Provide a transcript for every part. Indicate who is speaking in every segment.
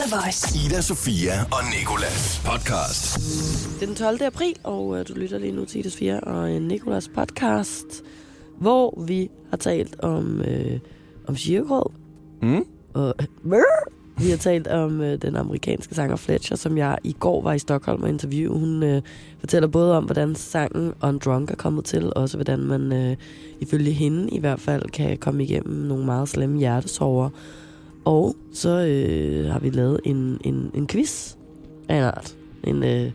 Speaker 1: The Voice.
Speaker 2: Ida Sofia og Nikolas podcast.
Speaker 3: Det er den 12. april, og øh, du lytter lige nu til Ides 4 og øh, Nikolas podcast, hvor vi har talt om, øh, om Girokrog.
Speaker 2: Mm.
Speaker 3: Og, Brr! Øh, vi har talt om øh, den amerikanske sanger Fletcher, som jeg i går var i Stockholm og interview. Hun øh, fortæller både om, hvordan sangen On Drunk er kommet til, og også hvordan man øh, ifølge hende i hvert fald kan komme igennem nogle meget slemme hjertesover. Og så øh, har vi lavet en, en, en quiz af en art. En, øh,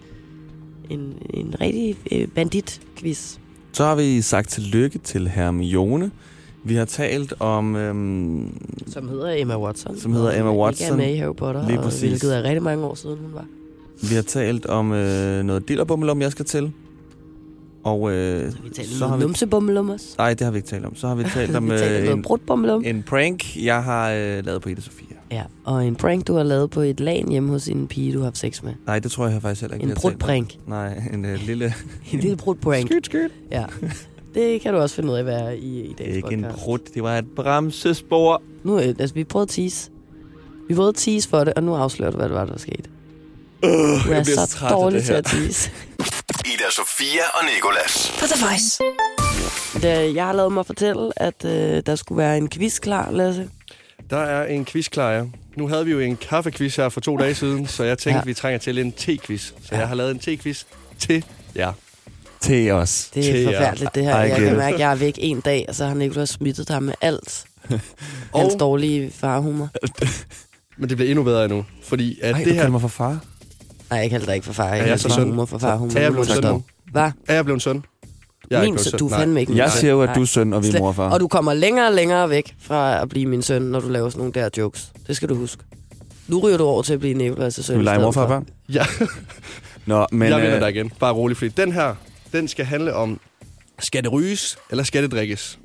Speaker 3: en, en rigtig øh, bandit-quiz.
Speaker 4: Så har vi sagt tillykke til Hermione. Vi har talt om, øhm,
Speaker 3: Som hedder Emma Watson.
Speaker 4: Som hedder Emma
Speaker 3: Som Ikke er
Speaker 4: Watson.
Speaker 3: med i Harry Potter,
Speaker 4: Lige
Speaker 3: og,
Speaker 4: præcis.
Speaker 3: hvilket er rigtig mange år siden, hun var.
Speaker 4: vi har talt om øh, noget dillerbommel, jeg skal til. Og øh,
Speaker 3: Vi talte
Speaker 4: så
Speaker 3: om
Speaker 4: har
Speaker 3: noget
Speaker 4: vi...
Speaker 3: numsebummelum også.
Speaker 4: Nej, det har vi ikke talt om. Så har vi talt om
Speaker 3: vi talte om
Speaker 4: øh,
Speaker 3: noget
Speaker 4: en,
Speaker 3: brudbummelum.
Speaker 4: en prank, jeg har øh, lavet på Ida Sofia.
Speaker 3: Ja, og en prank, du har lavet på et lag hjemme hos en pige, du har haft sex med.
Speaker 4: Nej, det tror jeg, jeg faktisk heller ikke.
Speaker 3: En
Speaker 4: vi har talt om.
Speaker 3: brudprank.
Speaker 4: Nej, en øh, lille...
Speaker 3: En lille brudprank.
Speaker 4: Skyt, skyt.
Speaker 3: Ja. Det kan du også finde ud af, hvad er i, i dagens
Speaker 4: Ikke en
Speaker 3: podcast.
Speaker 4: brud, det var et bremsespor.
Speaker 3: Nu, øh, altså, vi prøvede at tease. Vi prøvede at tease for det, og nu afslører du, hvad det var, der skete.
Speaker 4: Øh,
Speaker 3: Du er så dårlig til at tease.
Speaker 2: Ida Sofia og Nikolas.
Speaker 1: På The Voice.
Speaker 3: Da jeg har lavet mig fortælle, at øh, der skulle være en quiz klar, Lasse.
Speaker 5: Der er en quiz, Claja. Nu havde vi jo en kaffequiz her for to dage siden, så jeg tænkte,
Speaker 3: Ja.
Speaker 5: ja. vi trænger til en te-quiz. Så ja. jeg har lavet en te-quiz til jer.
Speaker 4: Til os.
Speaker 3: Det er
Speaker 5: Tja.
Speaker 3: forfærdeligt, det her.
Speaker 4: Ej,
Speaker 3: Jeg
Speaker 4: Gitte.
Speaker 3: kan mærke, at jeg er væk en dag, og så har Nicolas smittet dig med alt. Hans
Speaker 5: Og-
Speaker 3: dårlige farhumor.
Speaker 5: Men det bliver endnu bedre endnu, fordi
Speaker 4: Ej,
Speaker 5: at Ej,
Speaker 4: du
Speaker 5: det
Speaker 4: kalder
Speaker 5: her
Speaker 4: mig for far.
Speaker 3: Nej, jeg kalder dig ikke for far. Jeg
Speaker 5: jeg
Speaker 3: kalder
Speaker 5: så
Speaker 3: dig
Speaker 5: søn?
Speaker 3: humor for farhumor.
Speaker 5: er jeg blevet
Speaker 3: Stop.
Speaker 5: søn nu?
Speaker 3: Hvad?
Speaker 5: er jeg blevet søn. Jeg er
Speaker 3: Min
Speaker 5: blevet
Speaker 3: søn?
Speaker 5: søn.
Speaker 3: Du er
Speaker 5: Nej.
Speaker 3: fandme ikke min
Speaker 4: Jeg
Speaker 3: søn.
Speaker 4: siger jo, at
Speaker 3: Nej.
Speaker 4: du er søn, og vi er
Speaker 3: Slet-
Speaker 4: mor og far.
Speaker 3: Og du kommer længere og længere væk fra at blive min søn, når du laver sådan nogle der jokes. Det skal du huske. Nu ryger du over til at blive Nicolas' søn.
Speaker 4: Skal vi lege
Speaker 3: i stedet
Speaker 4: mor og far
Speaker 3: for.
Speaker 4: børn?
Speaker 5: Ja,
Speaker 4: Nå, men...
Speaker 5: Men, jeg vinder
Speaker 4: øh,
Speaker 5: dig igen. Bare rolig, fordi den her, den skal handle om, skal det ryges, eller skal det drikkes?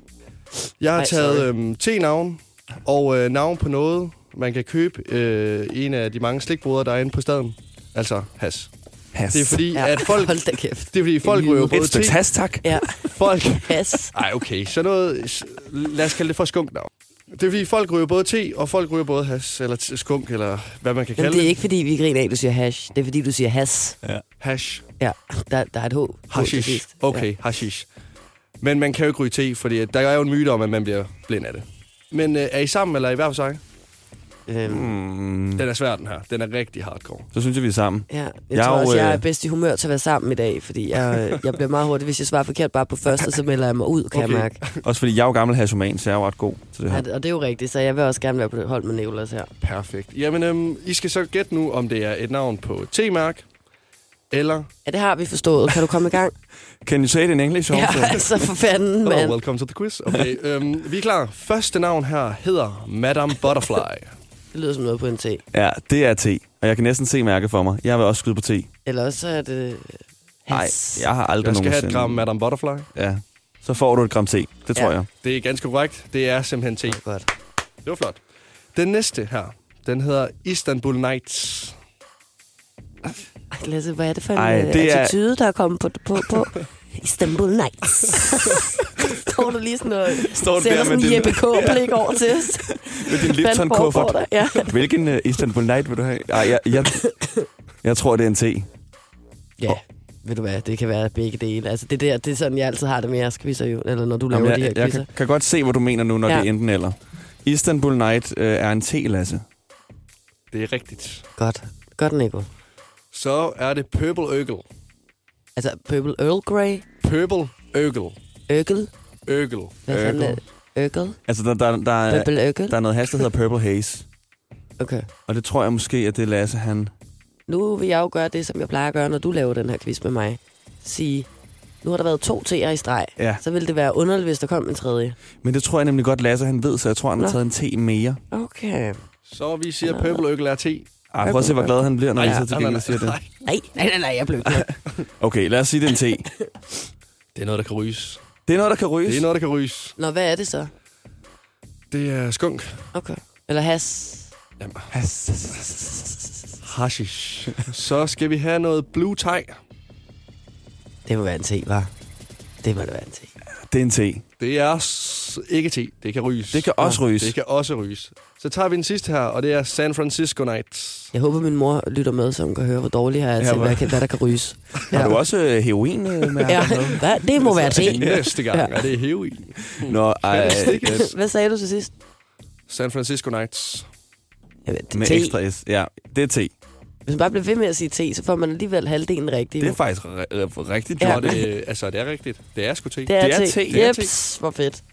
Speaker 5: Jeg har
Speaker 3: Ej,
Speaker 5: taget
Speaker 3: sorry.
Speaker 5: øhm, te-navn, og øh, navn på noget, man kan købe øh, en af de mange slikbroder, der er inde på staden. Altså has.
Speaker 4: Pas.
Speaker 5: Det er fordi,
Speaker 3: Ja,
Speaker 5: ja. at folk...
Speaker 3: Hold da kæft.
Speaker 5: Det er fordi, folk ryger jo både
Speaker 4: Et stykke
Speaker 5: te...
Speaker 4: tas, tak.
Speaker 3: Ja,
Speaker 5: Folk
Speaker 3: pas.
Speaker 5: Ej, okay. Så noget... s- Lad os kalde det for skumknavn. Det er fordi, folk ryger både te, og folk ryger både has, eller t- skunk, eller hvad man kan kalde
Speaker 3: Jamen, det er
Speaker 5: det.
Speaker 3: ikke fordi, vi griner af, at du siger hash. Det er fordi, du siger has.
Speaker 5: Hash.
Speaker 3: Ja, der, der er et H. H til
Speaker 5: Hashish.
Speaker 3: sidst. Ja.
Speaker 5: Okay, hashish. Men man kan jo ikke ryge te, fordi at der er jo en myte om, at man bliver blind af det. Men øh, er I sammen, eller er I hver for sig?
Speaker 3: Øhm,
Speaker 4: Mm,
Speaker 5: Den er svær, den her. Den er rigtig hardcore.
Speaker 4: så synes jeg, vi er sammen.
Speaker 3: ja. Jeg,
Speaker 4: Jeg
Speaker 3: jeg tror
Speaker 4: er jo,
Speaker 3: også, jeg er
Speaker 4: øh,
Speaker 3: bedst i humør til at være sammen i dag, fordi jeg, øh, jeg bliver meget hurtig. Hvis jeg svarer forkert bare på første, så melder jeg mig ud, kan okay.
Speaker 5: Okay.
Speaker 3: jeg mærke.
Speaker 4: Også fordi jeg er jo gammel hashoman, så jeg er jo ret god til det her.
Speaker 3: Ja, og det er jo rigtigt, så jeg vil også gerne være på det hold med Nicolas her.
Speaker 5: Perfekt. Jamen, øhm, I skal så gætte nu, om det er et navn på T-mærk, eller...
Speaker 3: Ja, det har vi forstået. Kan du komme i gang?
Speaker 4: Can you say it in English
Speaker 3: ja,
Speaker 4: also?
Speaker 3: altså for
Speaker 4: Oh,
Speaker 3: fanden,
Speaker 5: Hello,
Speaker 3: mand.
Speaker 5: welcome to the quiz. Okay, øhm, vi er klar. Første navn her hedder Madame Butterfly.
Speaker 3: Det lyder som noget på en T.
Speaker 4: ja, det er te. Og jeg kan næsten se mærke for mig. Jeg vil også skyde på te.
Speaker 3: Eller også er det...
Speaker 4: Nej,
Speaker 3: Has.
Speaker 4: jeg har aldrig
Speaker 5: Jeg skal have
Speaker 4: nogensinde...
Speaker 5: et gram Madame Butterfly.
Speaker 4: Ja. Så får du et gram te. Det tror
Speaker 3: Ja.
Speaker 4: jeg.
Speaker 5: Det er ganske korrekt. Det er simpelthen te.
Speaker 3: Godt.
Speaker 5: Det var flot. Den næste her, den hedder Istanbul Nights.
Speaker 3: Ej, Lasse, hvad er det for en
Speaker 4: Ej,
Speaker 3: Ej,
Speaker 4: det er-
Speaker 3: attitude, der er kommet på, på, på Istanbul Nights? Står du lige sådan og
Speaker 4: Står du der
Speaker 3: sender
Speaker 4: med
Speaker 3: sådan en
Speaker 4: din-
Speaker 3: Jeppe K-blik over til os?
Speaker 4: Med din
Speaker 3: Hvad
Speaker 4: Lipton
Speaker 3: foregår
Speaker 4: kuffert.
Speaker 3: der? Ja.
Speaker 4: Hvilken uh, Istanbul Night vil du have? Ej, jeg, jeg, jeg tror, det er en te.
Speaker 3: ja, ved du hvad, det kan være begge dele. Altså det der, det er sådan, jeg altid har det med jeres quizzer jo, eller når du laver
Speaker 4: Jamen,
Speaker 3: de her
Speaker 4: jeg, jeg
Speaker 3: quizzer.
Speaker 4: kan, kan godt se, hvad du mener nu, når
Speaker 3: Ja.
Speaker 4: det er enten eller. Istanbul Night øh, er en te, Lasse.
Speaker 5: Det er rigtigt.
Speaker 3: Godt. Godt, Nico.
Speaker 5: Så er det Purple Urkel.
Speaker 3: Altså Purple Earl Grey,
Speaker 5: Purple Urkel.
Speaker 3: Urkel,
Speaker 5: Urkel.
Speaker 3: hvad fanden er Urkel,
Speaker 4: Altså, der, der, der, er,
Speaker 3: Purple Urkel.
Speaker 4: der er noget has, der hedder Purple Haze.
Speaker 3: Okay.
Speaker 4: Og det tror jeg måske, at det er Lasse, han...
Speaker 3: Nu vil jeg jo gøre det, som jeg plejer at gøre, når du laver den her quiz med mig. Sige, nu har der været to T'er i streg.
Speaker 4: Ja.
Speaker 3: Så ville det være underligt, hvis der kom en tredje.
Speaker 4: Men det tror jeg nemlig godt, Lasse han ved, så jeg tror, han har
Speaker 3: Nå.
Speaker 4: taget en te mere.
Speaker 3: Okay.
Speaker 5: Så vi siger, Purple Urkel er te.
Speaker 4: Ah, prøv at se, hvor glad han bliver, når
Speaker 3: Ej,
Speaker 4: jeg
Speaker 3: ja.
Speaker 4: så til gengæld siger det.
Speaker 5: Nej,
Speaker 3: Nej, nej, nej, nej jeg blev glad.
Speaker 4: Okay, lad os sige, det er en te.
Speaker 5: det er noget, der kan ryges.
Speaker 4: Det er noget, der kan ryges.
Speaker 5: Det er noget, der kan ryges.
Speaker 3: Nå, hvad er det så?
Speaker 5: Det er skunk.
Speaker 3: Okay. Eller has.
Speaker 5: Jamen, hashish. Så skal vi have noget blue tie.
Speaker 3: Det må være en te, var. Det må det være en te.
Speaker 4: Det er en te.
Speaker 5: Det er s- ikke te. Det kan ryges.
Speaker 4: Det kan også
Speaker 5: Ja,
Speaker 4: ryges.
Speaker 5: Det kan også ryges. Så tager vi den sidste her, og det er San Francisco Nights.
Speaker 3: Jeg håber, min mor lytter med, så hun kan høre, hvor dårlig jeg er
Speaker 4: Ja,
Speaker 3: til,
Speaker 4: hvor-
Speaker 3: hvad, kan- hvad der kan ryges.
Speaker 4: Ja. Har du også øh, heroin øh, med?
Speaker 3: Ja, hvad? det må være te.
Speaker 5: Næste gang
Speaker 3: Ja.
Speaker 5: er det heroin.
Speaker 4: Nå, ej, øh,
Speaker 3: Hvad sagde du til sidst?
Speaker 5: San Francisco Nights.
Speaker 3: Jamen, det er
Speaker 4: med
Speaker 3: te.
Speaker 4: ekstra S. Ja, det er te.
Speaker 3: Hvis man bare bliver ved med at sige te, så får man alligevel halvdelen rigtigt.
Speaker 4: Det er faktisk r- r- rigtigt
Speaker 3: Ja.
Speaker 5: Ja.
Speaker 4: gjort.
Speaker 5: Og det, altså, det er rigtigt. Det er sgu te.
Speaker 3: det er,
Speaker 4: det er
Speaker 3: te.
Speaker 4: te. Det er te.
Speaker 3: Jeps, hvor fedt.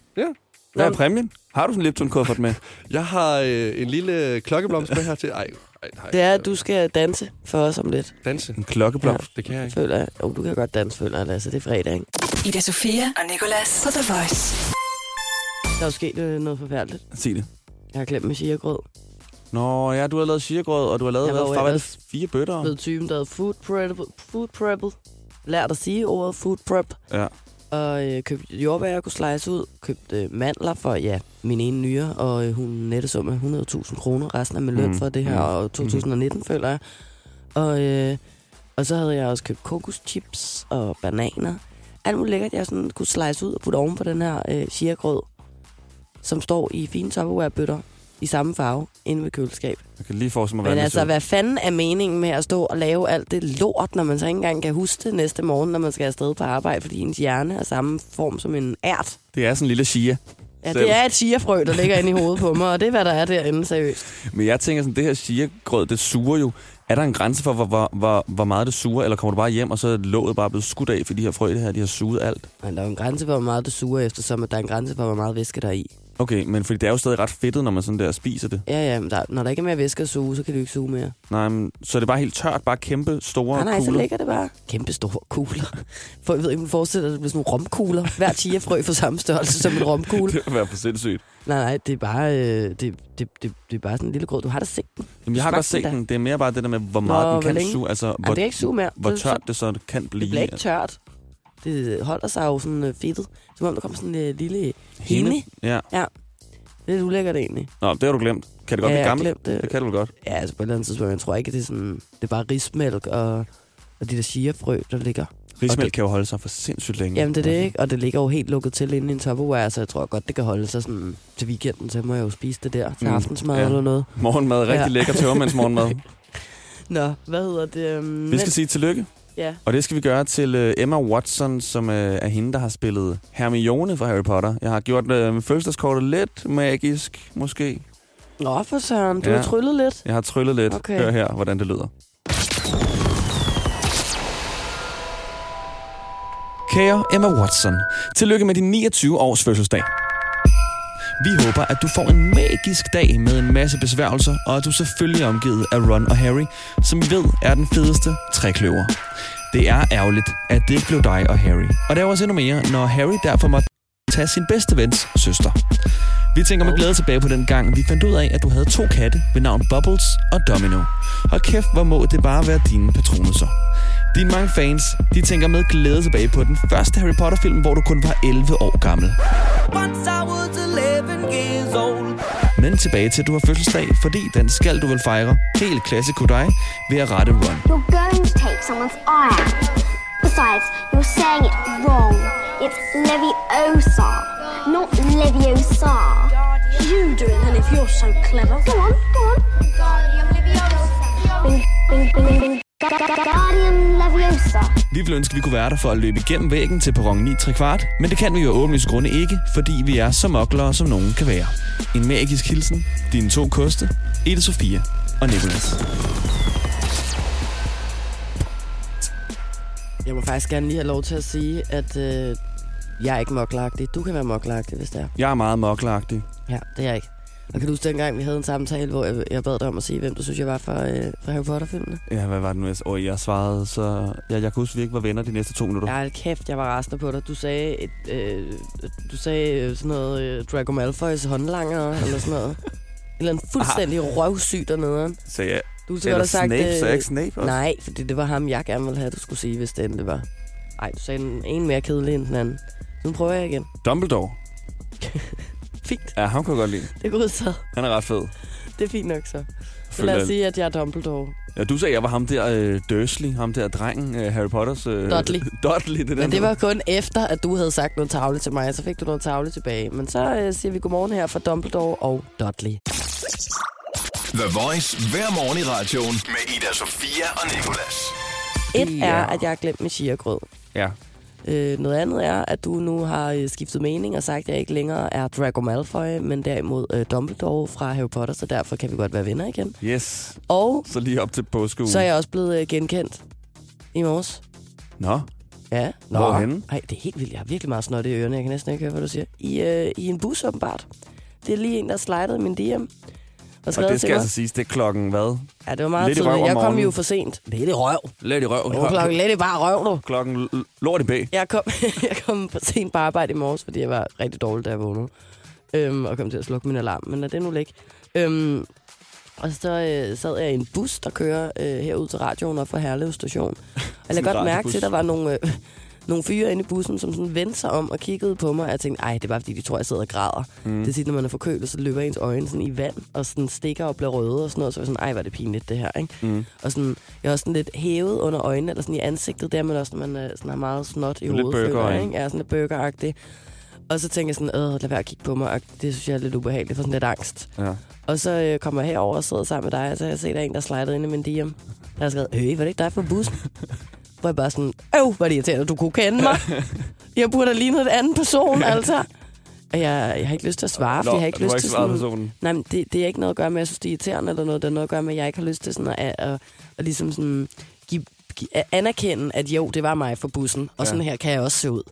Speaker 4: Hvad er præmien? Har du sådan en Lipton-kuffert med?
Speaker 5: Jeg har øh, en lille klokkeblomst med her til. Ej, ej, ej.
Speaker 3: Det er, at du skal danse for os om lidt,
Speaker 5: Danse.
Speaker 4: En klokkeblomst?
Speaker 5: Det kan jeg ikke.
Speaker 3: føler jeg. Oh, du kan godt danse, føler jeg, Lasse. Det er fredag, ikke?
Speaker 1: Ida Sofia og Nicolas på The Voice.
Speaker 3: Der er jo sket øh, noget forfærdeligt.
Speaker 4: Ja. Sig det.
Speaker 3: Jeg har glemt min chiagrød.
Speaker 4: Nå, ja, du har lavet chiagrød, og du har lavet
Speaker 3: Jeg var
Speaker 4: hvad,
Speaker 3: jo
Speaker 4: fra, hvad,
Speaker 3: ellers-
Speaker 4: fire bøtter.
Speaker 3: Blevet typen, der hedder food prep. Food preppet. Lært at sige ordet food prep.
Speaker 4: Ja.
Speaker 3: Og øh, købte jordbær, jeg kunne slice ud. Købte øh, mandler for, ja, min ene nyre. Og øh, hun nettesum af 100.000 kroner. Resten af min løn
Speaker 4: Mm.
Speaker 3: for det her.
Speaker 4: Mm.
Speaker 3: Og 2019, føler jeg. Og, øh, og så havde jeg også købt kokoschips og bananer. Alt muligt lækkert, jeg sådan kunne slice ud og putte oven på den her øh, chiagrød. Som står i fine Tupperware-bøtter i samme farve inde ved køleskab.
Speaker 4: Jeg kan lige forestille mig,
Speaker 3: Men
Speaker 4: hvordan
Speaker 3: altså,
Speaker 4: det
Speaker 3: hvad fanden er meningen med at stå og lave alt det lort, når man så ikke engang kan huske det næste morgen, når man skal afsted på arbejde, fordi ens hjerne er samme form som en ært?
Speaker 4: ser. Det er sådan en lille chia.
Speaker 3: Ja,
Speaker 4: Selv.
Speaker 3: det er et chiafrø, der ligger inde i hovedet på mig, og det er, hvad der er derinde, seriøst.
Speaker 4: Men jeg tænker sådan, det her chiagrød, det suger jo. Er der en grænse for, hvor, hvor, hvor, hvor meget det suger, eller kommer du bare hjem, og så er låget bare blevet skudt af, for de her frø, det her, de har suget alt?
Speaker 3: Men der er jo en grænse for, hvor meget du suger efter, som at der er en grænse for, hvor meget væske der er i.
Speaker 4: Okay, men fordi det er jo stadig ret fedtet, når man sådan der spiser det.
Speaker 3: Ja, ja, men der, når der ikke er mere væske at suge, så kan du ikke suge mere.
Speaker 4: Nej, men, så er det bare helt tørt, bare kæmpe store
Speaker 3: Ah, Nej, nej, så
Speaker 4: kugler.
Speaker 3: ligger det bare. Kæmpe store kugler. For jeg ved ikke, om du forestiller dig, at det bliver sådan nogle romkugler. Hver chiafrø for samme størrelse som en romkugle.
Speaker 4: Det vil være for sindssygt.
Speaker 3: Nej, nej, det er bare, øh, det, det, det, det er bare sådan en lille grød. Du har da set den.
Speaker 4: Jamen, jeg har
Speaker 3: Smagte
Speaker 4: godt set
Speaker 3: den da?
Speaker 4: den. Det er mere bare det der med, hvor meget
Speaker 3: Nå,
Speaker 4: den
Speaker 3: hvor
Speaker 4: kan
Speaker 3: længe?
Speaker 4: suge. Altså, hvor,
Speaker 3: Jamen, det er ikke suge mere.
Speaker 4: hvor
Speaker 3: Det- så-
Speaker 4: tørt det så kan blive.
Speaker 3: Det bliver ikke tørt. Det holder sig jo sådan øh, fedtet. Som om der kommer sådan en øh, lille hende. Det
Speaker 4: Ja.
Speaker 3: er lidt ulækkert egentlig.
Speaker 4: Nå, det har du glemt. Kan det godt blive
Speaker 3: ja, jeg har
Speaker 4: gammelt?
Speaker 3: glemt det.
Speaker 4: Det kan du vel godt.
Speaker 3: Ja, altså på et eller andet tidspunkt. Jeg tror ikke, det er sådan... Det er bare rismælk og, og de der chiafrø, der ligger.
Speaker 4: Rismælk kan jo holde sig for sindssygt længe.
Speaker 3: Jamen det er det ikke, og det ligger jo helt lukket til inde i en Tupperware, så jeg tror godt, det kan holde sig sådan til weekenden, så må jeg jo spise det der til
Speaker 4: Mm,
Speaker 3: aftensmad
Speaker 4: ja.
Speaker 3: eller noget.
Speaker 4: Morgenmad, rigtig
Speaker 3: Ja.
Speaker 4: ja. lækker tørmænds morgenmad.
Speaker 3: Nå, hvad hedder det? øhm,
Speaker 4: Vi skal sige tillykke,
Speaker 3: Ja,
Speaker 4: og det skal vi gøre til øh, Emma Watson, som øh, er hende, der har spillet Hermione fra Harry Potter. Jeg har gjort øh, fødselsdagskortet lidt magisk, måske.
Speaker 3: Nå, for søren, du
Speaker 4: Ja.
Speaker 3: har tryllet lidt.
Speaker 4: Jeg har tryllet lidt.
Speaker 3: Okay.
Speaker 4: Hør her, hvordan det lyder. Kære Emma Watson, tillykke med din 29 års fødselsdag. Vi håber, at du får en magisk dag med en masse besværgelser, og at du selvfølgelig er omgivet af Ron og Harry, som vi ved er den fedeste trækløver. Det er ærgerligt, at det ikke blev dig og Harry. Og der er også endnu mere, når Harry derfor måtte tage sin bedste vens søster. Vi tænker med glæde tilbage på den gang, vi fandt ud af, at du havde to katte ved navn Bubbles og Domino. Og kæft, hvor må det bare være dine patronuser. Dine mange fans, de tænker med glæde tilbage på den første Harry Potter-film, hvor du kun var 11 år gammel. Men tilbage til, at du har fødselsdag, fordi den skal du vel fejre helt klassiko dig ved at rette Ron.
Speaker 6: You're going to take someone's eye out. Besides, you're saying it wrong. It's Leviosa, not Leviosa. You do it then if you're so clever. Go on, go on. Guardian Leviosa. Bing, bing, bing, bing, bing. Gu- gu- gu- Guardian Leviosa.
Speaker 4: Vi ville ønske, at vi kunne være der for at løbe igennem væggen til perron 9 3 kvart, men det kan vi jo af åbenlyse grunde ikke, fordi vi er så moklere, som nogen kan være. En magisk hilsen, dine to koste, Ida Sofia og Nicolas.
Speaker 3: Jeg må faktisk gerne lige have lov til at sige, at øh, jeg er ikke moklagtig. Du kan være moklagtig, hvis det er.
Speaker 4: Jeg er meget mokleragtig.
Speaker 3: Ja, det er jeg ikke. Og kan du huske dengang, vi havde en samtale, hvor jeg, jeg bad dig om at sige, hvem du synes, jeg var fra, øh, fra Harry Potter-filmene?
Speaker 4: Ja, hvad var det nu? jeg s- Åh, jeg svarede, så... Ja, jeg kan huske, vi ikke var venner de næste to minutter.
Speaker 3: Ja, hold kæft, jeg var rasende på dig. Du sagde, et, øh, du sagde øh, sådan noget øh, Draco Malfoys håndlanger eller sådan noget. En Eller en fuldstændig røvsyg dernede.
Speaker 4: Så ja.
Speaker 3: Du så godt
Speaker 4: Eller
Speaker 3: have sagt...
Speaker 4: Snape,
Speaker 3: øh,
Speaker 4: så er jeg ikke Snape også?
Speaker 3: Nej, fordi det var ham, jeg gerne ville have, du skulle sige, hvis det endelig var. Nej, du sagde en, en mere kedelig end den anden. Så nu prøver jeg igen.
Speaker 4: Dumbledore.
Speaker 3: Fint,
Speaker 4: Ja, ham kunne jeg godt lide.
Speaker 3: det er godtaget.
Speaker 4: Han er ret fed.
Speaker 3: Det er fint nok så. Lad os
Speaker 4: jeg-
Speaker 3: sige, at jeg er Dumbledore.
Speaker 4: Ja, du sagde, jeg var ham der øh, Dursley, ham der drengen, øh, Harry Potters... Øh,
Speaker 3: Dudley.
Speaker 4: Dudley, det er den
Speaker 3: Men det
Speaker 4: der.
Speaker 3: var kun efter, at du havde sagt noget tavle til mig, så fik du noget tavle tilbage. Men så øh, siger vi godmorgen her fra Dumbledore og Dudley.
Speaker 2: The Voice hver morgen i radioen med Ida Sofia og Nicolas.
Speaker 3: Et er,
Speaker 4: Ja.
Speaker 3: at jeg har glemt min chiagrød.
Speaker 4: Ja.
Speaker 3: Øh, noget andet er, at du nu har øh, skiftet mening og sagt, at jeg ikke længere er Draco Malfoy, men derimod øh, Dumbledore fra Harry Potter, så derfor kan vi godt være venner igen.
Speaker 4: Yes.
Speaker 3: Og
Speaker 4: Så lige op til påskeugen.
Speaker 3: så er jeg også blevet øh, genkendt i morges.
Speaker 4: Nå,
Speaker 3: Ja.
Speaker 4: Hvorhenne?
Speaker 3: Ej, det er helt vildt. Jeg har virkelig meget snot i ørerne. Jeg kan næsten ikke høre, hvad du siger. I, øh, i en bus, åbenbart. Det er lige en, der slidede min DM. Og,
Speaker 4: og
Speaker 3: skrev
Speaker 4: det
Speaker 3: til
Speaker 4: skal
Speaker 3: mig.
Speaker 4: altså siges, det er klokken hvad?
Speaker 3: Ja, det var meget
Speaker 4: Lidt i røv
Speaker 3: tidligt.
Speaker 4: om
Speaker 3: Jeg kom
Speaker 4: morgenen.
Speaker 3: jo for sent. Det er det røv.
Speaker 4: Lidt i røv.
Speaker 3: Jo, klokken lidt i bare røv, du.
Speaker 4: klokken l- lort i bæ.
Speaker 3: Jeg kom, jeg kom for sent på arbejde i morges, fordi jeg var rigtig dårlig, da jeg vågnede. Øhm, og kom til at slukke min alarm, men lad det nu ligge. Øhm, og så øh, sad jeg i en bus, der kører øh, herud til radioen og fra Herlev station. Og jeg
Speaker 4: en
Speaker 3: kan godt mærke
Speaker 4: radiobus.
Speaker 3: til, at der var nogle, øh, nogle fyre inde i bussen, som sådan vendte sig om og kiggede på mig. Og jeg tænkte, ej, det er bare fordi, de tror, jeg sidder og græder. Mm. Det er tit, når man er forkølet, så løber ens øjne sådan i vand og sådan stikker og bliver røde og sådan noget. Så var jeg sådan, ej, var det pinligt det her, ikke? Mm. Og sådan, jeg er også sådan lidt hævet under øjnene, eller sådan i ansigtet der, men også når man øh, sådan har meget snot i
Speaker 4: Lidt
Speaker 3: hovedet. føler jeg,
Speaker 4: burgerøjne.
Speaker 3: ikke? Jeg er sådan lidt burgeragtig. Og så tænker jeg sådan, øh, lad være at kigge på mig. og Det synes jeg er lidt ubehageligt, for sådan lidt angst.
Speaker 4: Ja.
Speaker 3: Og så øh, kommer jeg herover og sidder sammen med dig, og så har jeg set, at der er en, der slidede ind i min DM. Der har skrevet, øh, var det ikke dig fra bussen? Hvor jeg bare sådan, øv, hvor er det irriterende, du kunne kende mig. Jeg burde have lignet en anden person, altså. Og jeg, jeg har ikke lyst til at svare, for
Speaker 4: Nå,
Speaker 3: jeg har ikke
Speaker 4: du har
Speaker 3: lyst
Speaker 4: ikke
Speaker 3: til
Speaker 4: svaret
Speaker 3: sådan...
Speaker 4: personen.
Speaker 3: Nej, men det, det er ikke noget at gøre med, at jeg synes, det er irriterende eller noget. Det er noget at gøre med, at jeg ikke har lyst til sådan at, at, at, at ligesom sådan give, give, at anerkende, at jo, det var mig for bussen, og
Speaker 4: Ja.
Speaker 3: ja. sådan her kan jeg også se ud.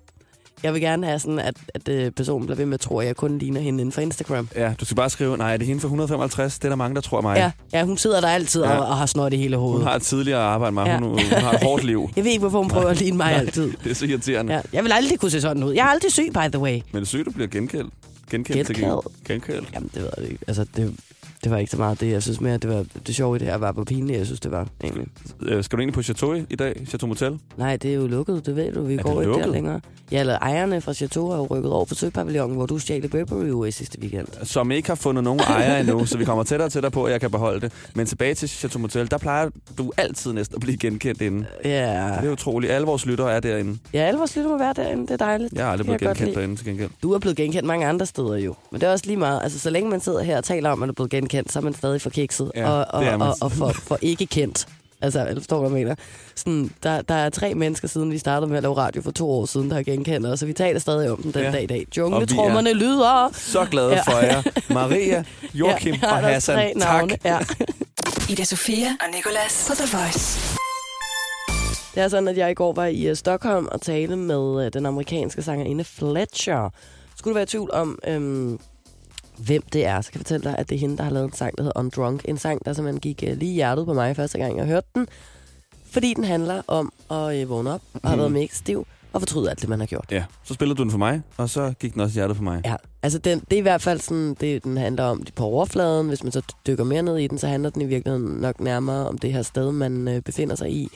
Speaker 3: Jeg vil gerne have sådan, at, at øh, personen bliver ved med at tro, at jeg kun ligner hende inden for Instagram.
Speaker 4: Ja, du skal bare skrive, nej, det er hende for 155, det er der mange, der tror mig.
Speaker 3: Ja, ja hun sidder der altid
Speaker 4: Ja.
Speaker 3: ja. og, og har snot i hele
Speaker 4: Hun
Speaker 3: hovedet.
Speaker 4: har et tidligere arbejde med, ja.
Speaker 3: Ja.
Speaker 4: hun, hun, har et hårdt liv.
Speaker 3: Jeg ved ikke, hvorfor hun prøver at ligne mig altid.
Speaker 4: Det er så irriterende. Ja.
Speaker 3: Ja. Jeg vil aldrig kunne se sådan ud. Jeg er aldrig syg, by the way.
Speaker 4: Men syg, du bliver genkendt. Genkendt til
Speaker 3: Genkendt?
Speaker 4: Genkendt.
Speaker 3: Jamen, det ved jeg ikke. Altså, det, det var ikke så meget det. Jeg synes mere, at det, var, det sjove i det her var, hvor pinligt jeg synes, det var. Egentlig.
Speaker 4: Øh, skal du egentlig på Chateau i dag? Chateau Motel?
Speaker 3: Nej, det er jo lukket, det ved du. Vi
Speaker 4: det
Speaker 3: går ikke der
Speaker 4: lukket?
Speaker 3: længere. Ja, eller ejerne fra Chateau har jo rykket over på Søpavillonen, hvor du stjal i Burberry Way sidste weekend.
Speaker 4: Som ikke har fundet nogen ejer endnu, så vi kommer tættere og tættere på, at jeg kan beholde det. Men tilbage til Chateau Motel, der plejer du altid næsten at blive genkendt inden.
Speaker 3: Ja,
Speaker 4: Det er utroligt. Alle vores lyttere er derinde.
Speaker 3: ja alle vores lytter må være derinde. Det er dejligt.
Speaker 4: Jeg har aldrig
Speaker 3: Det
Speaker 4: blevet
Speaker 3: kan jeg
Speaker 4: genkendt
Speaker 3: godt lide.
Speaker 4: derinde til gengæld.
Speaker 3: Du er blevet genkendt mange andre steder jo. Men det er også lige meget. Altså, så længe man sidder her og taler om, at man er blevet genkendt, så er man stadig for kikset
Speaker 4: Ja,
Speaker 3: og,
Speaker 4: det er
Speaker 3: og,
Speaker 4: man.
Speaker 3: og, og for, for ikke kendt. Altså, jeg forstår, hvad jeg mener. Sådan, der, der er tre mennesker, siden vi startede med at lave radio for to år siden, der har genkendt os, så vi taler stadig om den den
Speaker 4: Ja.
Speaker 3: ja. dag i
Speaker 4: Og
Speaker 3: dag.
Speaker 4: vi er-
Speaker 3: Jungletrummerne lyder.
Speaker 4: Så glade
Speaker 3: Ja.
Speaker 4: for jer. Maria, Joachim
Speaker 3: jeg
Speaker 4: ja,
Speaker 3: har
Speaker 4: og
Speaker 3: der
Speaker 4: Hassan.
Speaker 3: tre
Speaker 4: Tak.
Speaker 3: navne. Ja.
Speaker 1: Ida Sofia og Nicolas på The Voice.
Speaker 3: Det er sådan, at jeg i går var i uh, Stockholm og talte med uh, den amerikanske sangerinde Fletcher. Skulle du være i tvivl om, øhm, hvem det er, så kan jeg fortælle dig, at det er hende, der har lavet en sang, der hedder Undrunk. En sang, der simpelthen gik uh, lige i hjertet på mig første gang, jeg hørte den. Fordi den handler om at uh, vågne op og
Speaker 4: Mhm.
Speaker 3: have været mega stiv og fortryde alt det, man har gjort.
Speaker 4: Ja, så spillede du den for mig, og så gik den også i hjertet for mig.
Speaker 3: Ja, altså den, det er i hvert fald sådan, det den handler om det på overfladen. Hvis man så dykker mere ned i den, så handler den i virkeligheden nok nærmere om det her sted, man øh, befinder sig i,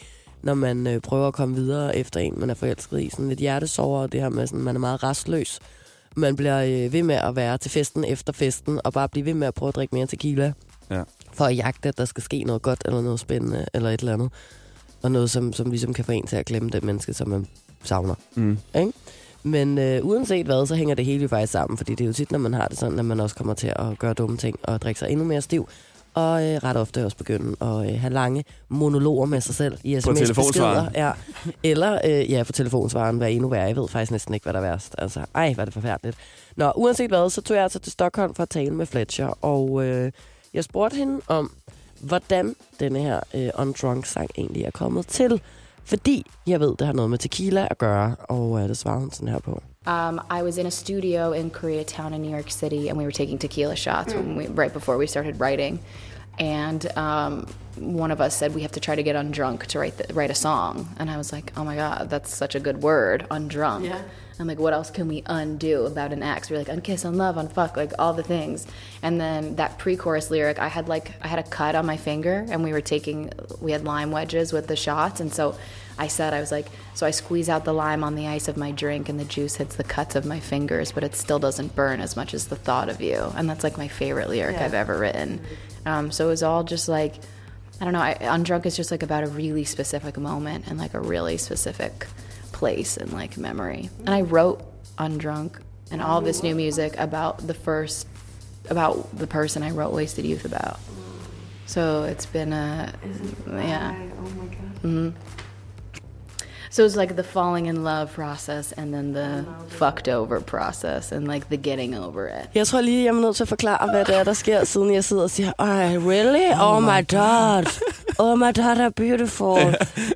Speaker 3: når man øh, prøver at komme videre efter en, man er forelsket i. Sådan lidt hjertesover, og det her med, sådan, man er meget restløs. Man bliver øh, ved med at være til festen efter festen, og bare blive ved med at prøve at drikke mere tequila,
Speaker 4: Ja.
Speaker 3: for at jagte, at der skal ske noget godt, eller noget spændende, eller et eller andet. Og noget, som, som ligesom kan få en til at glemme det menneske, som man savner.
Speaker 4: Mm.
Speaker 3: Ikke? Men øh, uanset hvad, så hænger det hele jo faktisk sammen, fordi det er jo tit, når man har det sådan, at man også kommer til at gøre dumme ting og drikke sig endnu mere stiv. Og øh, ret ofte også begynde at øh, have lange monologer med sig selv i sms
Speaker 4: telefonsvareren.
Speaker 3: Ja. Eller øh, ja, på telefonsvaren, hvad er endnu værre. Jeg ved faktisk næsten ikke, hvad der er værst. Altså, ej, hvad er det forfærdeligt. Nå, uanset hvad, så tog jeg altså til Stockholm for at tale med Fletcher, og øh, jeg spurgte hende om, hvordan denne her øh, On Drunk sang egentlig er kommet til. Fordi jeg ved, det har noget med tequila at gøre, og øh, det svarer hun sådan her på.
Speaker 7: Um, I was in a studio in Koreatown in New York City, and we were taking tequila shots when we, right before we started writing. And um, one of us said we have to try to get undrunk to write the, write a song. And I was like, oh my god, that's such a good word, undrunk. I'm like, what else can we undo about an ex? We're like, unkiss, unlove, unfuck, like all the things. And then that pre-chorus lyric, I had like, I had a cut on my finger, and we were taking, we had lime wedges with the shots, and so I said, I was like, so I squeeze out the lime on the ice of my drink, and the juice hits the cuts of my fingers, but it still doesn't burn as much as the thought of you. And that's like my favorite lyric I've ever written. Um, so it was all just like, I don't know. I, Undrunk is just like about a really specific moment and like a really specific place and like memory. And I wrote Undrunk and all this new music about the first, about the person I wrote Wasted Youth about. So it's been a, yeah. So it's like the falling in love process and then the fucked over process and like the getting over it.
Speaker 3: Jeg tror lige, jeg er nødt til at forklare, hvad det er, der sker, siden jeg sidder og siger, Ej, really? Oh, oh my god. Oh my god, are beautiful.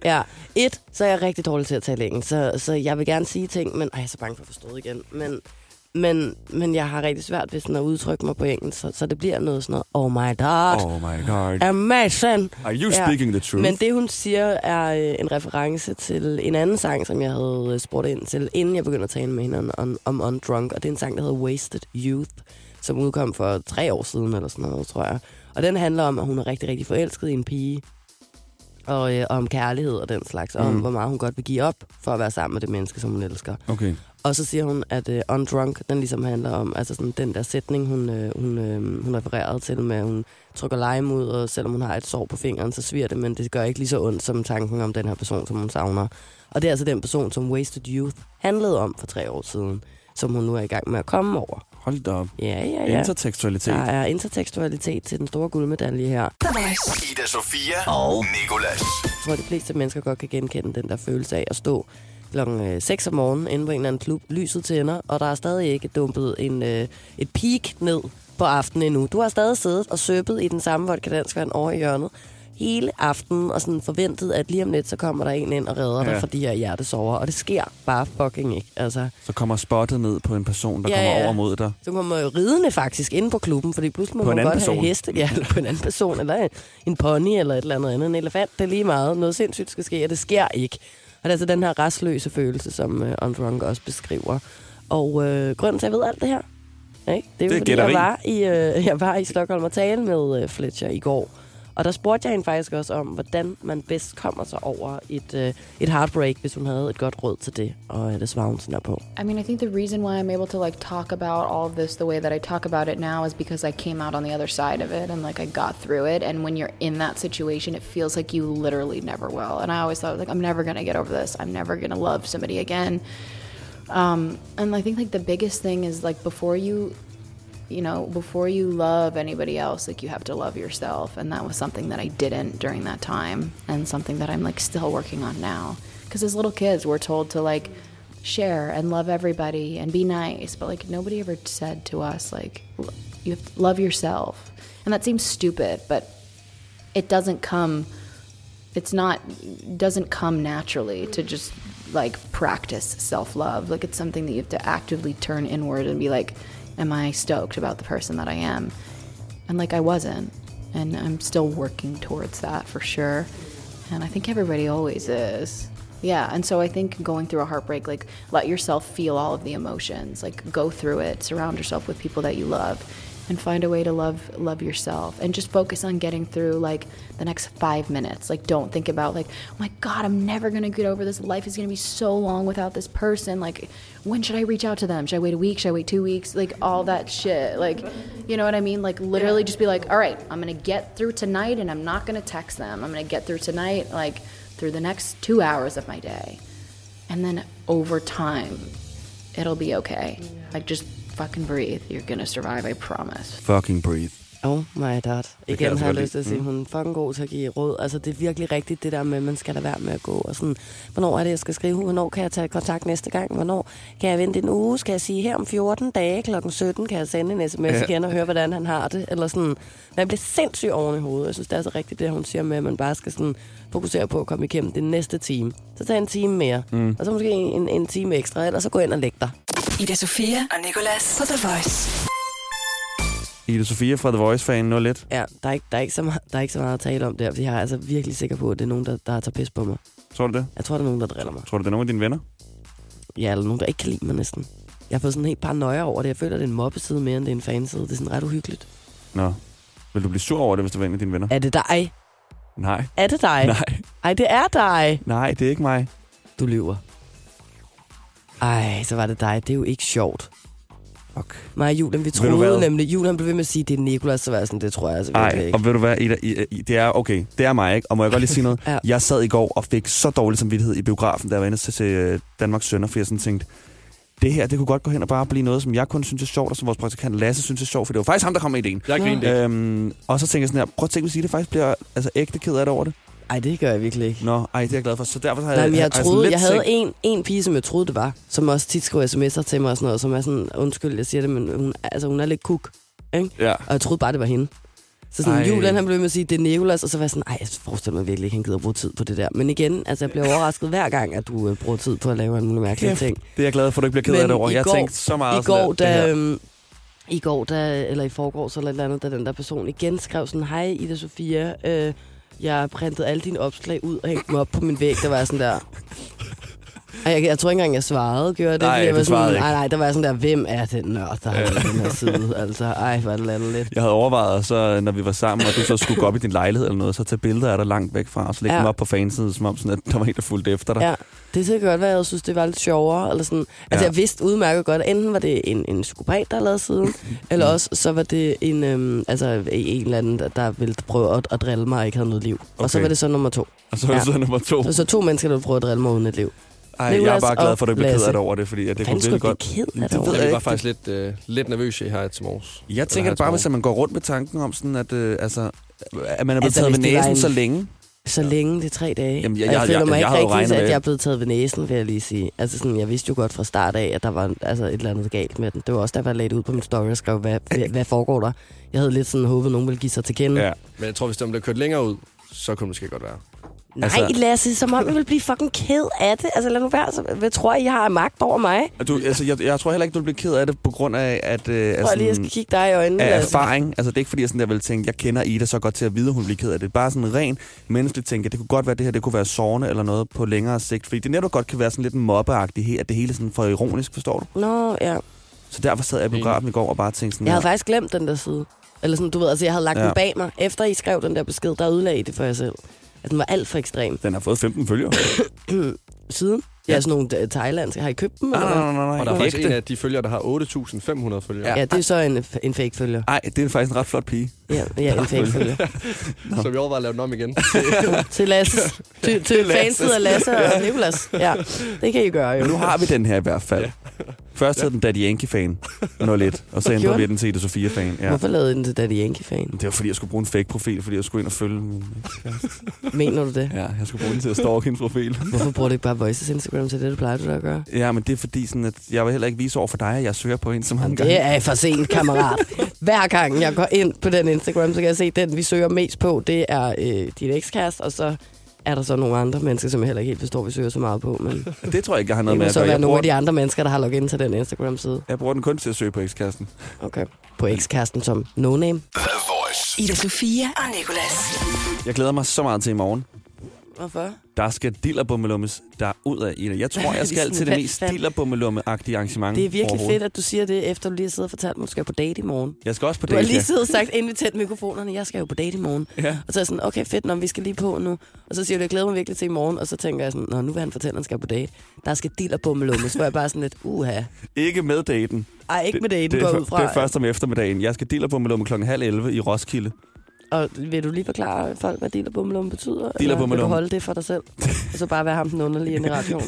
Speaker 3: ja. Et, så er jeg rigtig dårlig til at tale engelsk, så, så jeg vil gerne sige ting, men ej, jeg er så bange for at forstå det igen. Men, men, men jeg har rigtig svært ved sådan at udtrykke mig på engelsk, så, så det bliver noget sådan noget, oh my god.
Speaker 4: Oh my god.
Speaker 3: Amazing.
Speaker 4: Are you speaking the truth?
Speaker 3: Men det, hun siger, er øh, en reference til en anden sang, som jeg havde øh, spurgt ind til, inden jeg begyndte at tale med hende om, om Undrunk, og det er en sang, der hedder Wasted Youth, som udkom for tre år siden, eller sådan noget, tror jeg. Og den handler om, at hun er rigtig, rigtig forelsket i en pige, og øh, om kærlighed og den slags, og
Speaker 4: Mm.
Speaker 3: om hvor meget hun godt vil give op for at være sammen med det menneske, som hun elsker.
Speaker 4: Okay.
Speaker 3: Og så siger hun, at uh, Undrunk, den ligesom handler om, altså sådan den der sætning, hun, uh, hun, uh, hun refererede til med, at hun trykker lime ud, og selvom hun har et sår på fingeren, så sviger det, men det gør ikke lige så ondt som tanken om den her person, som hun savner. Og det er altså den person, som Wasted Youth handlede om for tre år siden, som hun nu er i gang med at komme over.
Speaker 4: Hold da op.
Speaker 3: Ja, ja, ja.
Speaker 4: Intertekstualitet.
Speaker 3: Der er intertekstualitet til den store guldmedalje her.
Speaker 1: The Voice.
Speaker 2: Ida Sofia og Nikolas.
Speaker 3: Jeg tror, de fleste mennesker godt kan genkende den der følelse af at stå klokken 6 om morgenen inde på en eller anden klub, lyset tænder, og der er stadig ikke dumpet en, øh, et peak ned på aftenen endnu. Du har stadig siddet og søbet i den samme vodkadanskvand over i hjørnet hele aftenen, og sådan forventet, at lige om lidt, så kommer der en ind og redder ja.
Speaker 4: Ja.
Speaker 3: dig for de her hjertesover, og det sker bare fucking ikke. Altså,
Speaker 4: Så kommer spottet ned på en person, der
Speaker 3: Ja,
Speaker 4: kommer
Speaker 3: ja.
Speaker 4: over mod dig.
Speaker 3: så kommer jo ridende faktisk ind på klubben, fordi pludselig må
Speaker 4: På en
Speaker 3: man
Speaker 4: anden
Speaker 3: godt have
Speaker 4: person.
Speaker 3: heste, ja, eller på en anden person, eller en- en pony, eller et eller andet andet, en elefant, det er lige meget. Noget sindssygt skal ske, og det sker ikke. Og det er altså den her restløse følelse, som uh, Drunk også beskriver. Og øh, grunden til, at jeg ved alt det her, ikke? det er, jo,
Speaker 4: Det er
Speaker 3: fordi,
Speaker 4: gætteri.
Speaker 3: jeg var, i, øh, jeg var i Stockholm og talte med øh, Fletcher i går. Og der spurgte jeg hende faktisk også om, hvordan man bedst kommer sig over et, øh, et heartbreak, hvis hun havde et godt råd til det. Og øh, det svarer hun sådan her på.
Speaker 7: I mean, I think the reason why I'm able to like talk about all of this the way that I talk about it now is because I came out on the other side of it and like I got through it. And when you're in that situation, it feels like you literally never will. And I always thought like I'm never gonna get over this. I'm never gonna love somebody again. Um, and I think like the biggest thing is like before you you know, before you love anybody else, like you have to love yourself. And that was something that I didn't during that time and something that I'm like still working on now. Because as little kids, we're told to like share and love everybody and be nice. But like nobody ever said to us, like, l- you have to love yourself. And that seems stupid, but it doesn't come it's not doesn't come naturally to just like practice self-love like it's something that you have to actively turn inward and be like am i stoked about the person that i am and like i wasn't and i'm still working towards that for sure and i think everybody always is yeah and so i think going through a heartbreak like let yourself feel all of the emotions like go through it surround yourself with people that you love and find a way to love love yourself and just focus on getting through like the next 5 minutes like don't think about like oh my god I'm never going to get over this life is going to be so long without this person like when should I reach out to them should I wait a week should I wait 2 weeks like all that shit like you know what I mean like literally just be like all right I'm going to get through tonight and I'm not going to text them I'm going to get through tonight like through the next 2 hours of my day and then over time it'll be okay like just fucking breathe you're going to survive I promise
Speaker 4: Fucking breathe.
Speaker 3: Oh my god.
Speaker 4: jeg
Speaker 3: Igen
Speaker 4: altså
Speaker 3: har
Speaker 4: godt
Speaker 3: jeg lyst til at
Speaker 4: lide.
Speaker 3: sige, hun er fucking god til at give råd. Altså, det er virkelig rigtigt, det der med, at man skal lade være med at gå. Og sådan, hvornår er det, jeg skal skrive? Hvornår kan jeg tage kontakt næste gang? Hvornår kan jeg vente en uge? Skal jeg sige, her om 14 dage kl. 17 kan jeg sende en sms
Speaker 4: Ja.
Speaker 3: ja. igen og høre, hvordan han har det? Eller sådan, man bliver sindssygt oven i hovedet. Jeg synes, det er så rigtigt, det hun siger med, at man bare skal sådan fokusere på at komme igennem den næste time. Så tag en time mere, mm. og så måske en, en time ekstra, eller så gå ind og læg dig.
Speaker 1: Ida Sofia og Nicolas på The Voice.
Speaker 4: Ida Sofia fra The Voice-fan 01.
Speaker 3: Ja, der er ikke, der er ikke, så, meget, der er ikke så meget at tale om der, fordi jeg er altså virkelig sikker på, at det er nogen, der, der tager pis på mig.
Speaker 4: Tror du det?
Speaker 3: Jeg tror, der er nogen, der driller mig.
Speaker 4: Tror du, det er nogen af dine venner?
Speaker 3: ja, eller nogen, der ikke kan lide mig næsten. Jeg har fået sådan helt paranoia over det. Jeg føler, det er en mobbeside mere, end det er en fanside. Det er sådan ret uhyggeligt.
Speaker 4: Nå. Vil du blive sur over det, hvis det var en af dine venner?
Speaker 3: Er det dig?
Speaker 4: Nej.
Speaker 3: Er det dig?
Speaker 4: Nej.
Speaker 3: Ej, det er dig.
Speaker 4: Nej, det er ikke mig.
Speaker 3: Du lyver. Ej, så var det dig. Det er jo ikke sjovt.
Speaker 4: Fuck.
Speaker 3: Mig og Julian, vi
Speaker 4: du hvad?
Speaker 3: troede nemlig. Julian blev ved med at sige, det er Nikolas, så var jeg sådan, det tror jeg altså virkelig
Speaker 4: Nej,
Speaker 3: ikke.
Speaker 4: og ved du hvad, Ida, I, I, det er, okay, det er mig, ikke? Og må jeg godt lige sige noget?
Speaker 3: Ja.
Speaker 4: Jeg sad i går og fik så dårlig samvittighed i biografen, da jeg var inde til, til øh, Danmarks Sønner, fordi jeg sådan tænkte, det her, det kunne godt gå hen og bare blive noget, som jeg kun synes er sjovt, og som vores praktikant Lasse synes er sjovt, for det var faktisk ham, der kom med ideen.
Speaker 5: Jeg grinte ikke.
Speaker 4: Øhm, og så tænkte jeg sådan her, prøv at tænke, hvis I det faktisk bliver altså, ægte ked af det over det.
Speaker 3: Ej, det gør jeg virkelig ikke.
Speaker 4: Nå, ej, det er jeg glad for. Så derfor har
Speaker 3: Nej,
Speaker 4: jeg,
Speaker 3: men
Speaker 4: har
Speaker 3: jeg, troede,
Speaker 4: Øh, altså lidt
Speaker 3: jeg havde
Speaker 4: tænkt-
Speaker 3: en, en pige, som jeg troede, det var, som også tit skrev sms'er til mig og sådan noget, som er sådan, undskyld, jeg siger det, men hun, altså, hun er lidt kuk.
Speaker 4: Ja.
Speaker 3: Og jeg troede bare, det var hende. Så sådan,
Speaker 4: Ej.
Speaker 3: Ej. Julian, han blev ved med at sige, det er Nicolas, og så var jeg sådan, nej, jeg forestiller mig virkelig ikke, han gider bruge tid på det der. Men igen, altså, jeg bliver overrasket hver gang, at du øh, bruger tid på at lave en mulig mærkelig
Speaker 4: Kæft,
Speaker 3: ting.
Speaker 4: det er jeg glad for, at du ikke bliver ked
Speaker 3: Men
Speaker 4: af det over.
Speaker 3: i
Speaker 4: Jeg har
Speaker 3: går-
Speaker 4: tænkt så meget
Speaker 3: I går,
Speaker 4: sådan, her,
Speaker 3: da,
Speaker 4: det her.
Speaker 3: øhm, i går da, eller i forgårs eller et eller andet, da den der person igen skrev sådan, hej Ida Sofia, øh, jeg printede alle dine opslag ud og hængte dem op på min væg, der var jeg sådan der... Ej, jeg, jeg tror ikke engang, jeg svarede, gjorde jeg det?
Speaker 4: Nej,
Speaker 3: Fordi jeg
Speaker 4: du
Speaker 3: var sådan,
Speaker 4: svarede ikke.
Speaker 3: Nej, nej, der var jeg sådan der, hvem er den nørd, der har lavet den her side? Altså, ej, hvor er det landet lidt.
Speaker 4: Jeg havde overvejet, så, når vi var sammen, og du så skulle gå op i din lejlighed eller noget, så tage billeder af dig langt væk fra, og så lægge
Speaker 3: Ja.
Speaker 4: dem op på fansiden, som om sådan, at der var en, der fulgte efter dig.
Speaker 3: Ja, det kan godt være, jeg synes, det var lidt sjovere. Eller sådan. Altså,
Speaker 4: Ja.
Speaker 3: ja. jeg vidste udmærket godt, at enten var det en, en psykopat, der lavede siden,
Speaker 4: Mm.
Speaker 3: eller også så var det en, øhm, altså, en eller anden, der, der ville prøve at, at drille mig og ikke havde noget liv. Okay. Og så
Speaker 4: Okay. Uh.
Speaker 3: var det så nummer to.
Speaker 4: Og så er ja.
Speaker 3: Ja.
Speaker 4: så nummer to.
Speaker 3: Så, så to mennesker, der ville prøve at drille mig uden et liv.
Speaker 4: Ej, jeg er
Speaker 3: Nicolas
Speaker 4: bare glad
Speaker 3: og
Speaker 4: for, at du ikke blev ked af
Speaker 3: Lasse.
Speaker 4: det over det, fordi at det
Speaker 3: Fanden
Speaker 4: kunne
Speaker 3: skulle
Speaker 4: virkelig
Speaker 3: jeg
Speaker 4: godt.
Speaker 3: blive ked af
Speaker 4: Det
Speaker 3: det
Speaker 4: ved
Speaker 3: over
Speaker 4: jeg
Speaker 5: Jeg
Speaker 4: ikke.
Speaker 5: var faktisk lidt, øh, lidt nervøs i her til morges.
Speaker 4: Jeg tænker
Speaker 5: Eller
Speaker 4: det bare,
Speaker 5: her
Speaker 4: hvis
Speaker 5: til morgen.
Speaker 4: man går rundt med tanken om sådan, at, øh, altså, at man er blevet
Speaker 3: Altså,
Speaker 4: taget ved
Speaker 3: hvis det var
Speaker 4: næsen
Speaker 3: en-
Speaker 4: så længe.
Speaker 3: Så længe, det er tre dage.
Speaker 4: Jamen, jeg-
Speaker 3: Og
Speaker 4: jeg-
Speaker 3: jeg føler
Speaker 4: jeg-
Speaker 3: mig
Speaker 4: jeg
Speaker 3: ikke
Speaker 4: havde jo
Speaker 3: rigtig,
Speaker 4: regnet
Speaker 3: til,
Speaker 4: med-
Speaker 3: at jeg er blevet taget ved næsen, vil jeg lige sige. Altså sådan, jeg vidste jo godt fra start af, at der var altså, et eller andet galt med den. Det var også derfor, jeg lagde det ud på min story og skrev, hvad, hvad, hvad foregår der? Jeg havde lidt sådan håbet, at nogen ville give sig til kende.
Speaker 4: Ja.
Speaker 5: Men jeg tror, hvis den blev kørt længere ud, så kunne det måske godt være.
Speaker 3: Nej,
Speaker 4: Altså-
Speaker 3: altså... Lasse, som om jeg vil blive fucking ked af det. Altså lad nu være, så, hvad tror I, I har af magt over mig? Prøv
Speaker 4: Du, altså, jeg, jeg tror heller ikke, du bliver ked af det på grund af, at... Øh, altså,
Speaker 3: lige, jeg skal kigge dig i øjnene,
Speaker 4: af
Speaker 3: Lasse.
Speaker 4: erfaring. Altså, det er ikke fordi, jeg, sådan, jeg vil tænke, jeg kender Ida så godt til at vide, at hun bliver ked af det. Bare sådan ren menneskeligt tænke, at det kunne godt være, at det her det kunne være sårende eller noget på længere sigt. Fordi det netop godt kan være sådan lidt mobbeagtigt, he- at det hele sådan for ironisk, forstår du?
Speaker 3: Nå, ja.
Speaker 4: Så derfor sad jeg i biografen i går og bare tænkte sådan
Speaker 3: Jeg havde
Speaker 4: her,
Speaker 3: faktisk glemt den der side. Eller sådan, du ved, altså jeg havde lagt
Speaker 4: Ja.
Speaker 3: ja. den bag mig. Efter I skrev den der besked, der ødelagde I det for jer selv. At den var alt for ekstrem.
Speaker 4: den har fået 15 følgere.
Speaker 3: Siden? Ja, Ah, sådan nogle øh, thailandske. Har I købt dem?
Speaker 4: nej,
Speaker 3: eller hvad?
Speaker 4: nej, nej, nej.
Speaker 5: Og der er faktisk
Speaker 4: Ægte.
Speaker 5: en af de følgere, der har 8.500 følgere.
Speaker 3: Ja, det er så en, en fake følger.
Speaker 4: Ej, det er faktisk en ret flot pige.
Speaker 3: Ja, ja en fake følger.
Speaker 5: Så vi overvejer at lave den om igen.
Speaker 3: til Lasse. Til, til fansid af Lasse og Nicolas. Ja, det kan I gøre jo.
Speaker 4: Men nu har vi den her i hvert fald. Først hed den Daddy Yankee-fan 01, og så ændrede
Speaker 3: gjorde
Speaker 4: vi den til Ida Sofia-fan. Ja.
Speaker 3: Hvorfor lavede I den til Daddy Yankee-fan?
Speaker 4: Det var fordi, jeg skulle bruge en fake profil, fordi jeg skulle ind og følge min...
Speaker 3: Mener du det?
Speaker 4: Ja, jeg skulle bruge den til at stalke hendes profil.
Speaker 3: Hvorfor bruger du ikke bare Voices Instagram til det, du plejer du da at gøre?
Speaker 4: Ja, men det er fordi, sådan, at jeg vil heller ikke vise over for dig, at jeg søger på hende så mange
Speaker 3: Jamen,
Speaker 4: gange.
Speaker 3: det er for sent, kammerat. Hver gang jeg går ind på den Instagram, så kan jeg se, at den, vi søger mest på, det er øh, din ekskæreste, og så er der så nogle andre mennesker, som jeg heller ikke helt forstår, vi søger så meget på. Men det
Speaker 4: Det tror jeg ikke, jeg har noget med
Speaker 3: må
Speaker 4: at
Speaker 3: så
Speaker 4: gøre.
Speaker 3: være
Speaker 4: altså, Jeg
Speaker 3: nogle
Speaker 4: bruger,
Speaker 3: af de andre mennesker, der har logget ind til den Instagram-side.
Speaker 4: jeg bruger den kun til at søge på ekskæresten.
Speaker 3: Okay. På ekskæresten som no-name.
Speaker 2: The Voice.
Speaker 1: Ida Sofia og Nicolas.
Speaker 4: Jeg glæder mig så meget til i morgen.
Speaker 3: Hvorfor?
Speaker 4: Der skal dilderbummelummes der ud af Ida. Jeg tror, jeg skal
Speaker 3: Sådan,
Speaker 4: til det
Speaker 3: hvad
Speaker 4: mest
Speaker 3: fanden?
Speaker 4: dilderbummelumme-agtige arrangement
Speaker 3: Det er virkelig
Speaker 4: overhovedet.
Speaker 3: fedt, at du siger det, efter du lige har siddet og fortalt mig, at du skal på date i morgen.
Speaker 4: Jeg skal også på
Speaker 3: Du har
Speaker 4: date, ja.
Speaker 3: lige siddet og sagt, inden vi tændte mikrofonerne, jeg skal jo på date i morgen.
Speaker 4: Ja.
Speaker 3: Og så er jeg sådan, okay fedt, når vi skal lige på nu. Og så siger du, jeg glæder mig virkelig til i morgen. Og så tænker jeg sådan, nå, nu vil han fortælle, at han skal på date. Der skal dealer på med lummes, hvor jeg bare sådan lidt, uha.
Speaker 4: Ikke med daten.
Speaker 3: Ej, ikke med daten,
Speaker 4: det,
Speaker 3: går
Speaker 4: er-
Speaker 3: jeg ud fra.
Speaker 4: Det er først om eftermiddagen. Jeg skal dilderbummelumme kl. halv 11 i Roskilde.
Speaker 3: Og vil du lige forklare folk, hvad dealerbummelum betyder? eller vil du
Speaker 4: Dealerbummelum.
Speaker 3: holde det for dig selv? Og så bare være ham den underlige inde i radioen?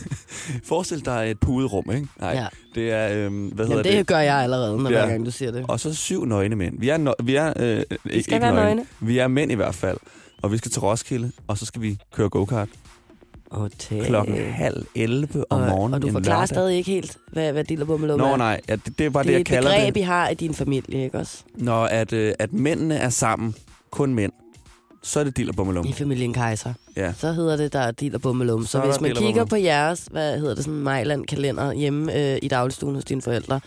Speaker 4: Forestil dig et puderum, ikke? Nej,
Speaker 3: Ja.
Speaker 4: det er... Øhm, hvad hedder
Speaker 3: Jamen, det gør jeg allerede, når
Speaker 4: Ja.
Speaker 3: ja. hver gang du siger det.
Speaker 4: Og så syv nøgne mænd. Vi er, nø- vi er øh, vi
Speaker 3: skal være nøgne.
Speaker 4: Vi er mænd i hvert fald. Og vi skal til Roskilde, og så skal vi køre go-kart
Speaker 3: Og tæ-
Speaker 4: klokken halv 11 om
Speaker 3: og,
Speaker 4: morgenen.
Speaker 3: og du
Speaker 4: en
Speaker 3: forklarer
Speaker 4: lørdag.
Speaker 3: stadig ikke helt, hvad, hvad dealerbummelum er.
Speaker 4: Nå nej, ja, det, det er bare det,
Speaker 3: Det er
Speaker 4: jeg
Speaker 3: et
Speaker 4: kalder
Speaker 3: begreb,
Speaker 4: det.
Speaker 3: I har i din familie, ikke også?
Speaker 4: Når at, øh, at mændene er sammen, kun mænd, så er det dilderbummelum.
Speaker 3: I familien Kejser.
Speaker 4: Ja.
Speaker 3: Så hedder det, der er del og bummelum. Så,
Speaker 4: Så er
Speaker 3: så
Speaker 4: der
Speaker 3: hvis man
Speaker 4: Dill og
Speaker 3: kigger
Speaker 4: Bummelum.
Speaker 3: på jeres, hvad hedder det, sådan Mejland kalender hjemme øh, i dagligstuen hos dine forældre,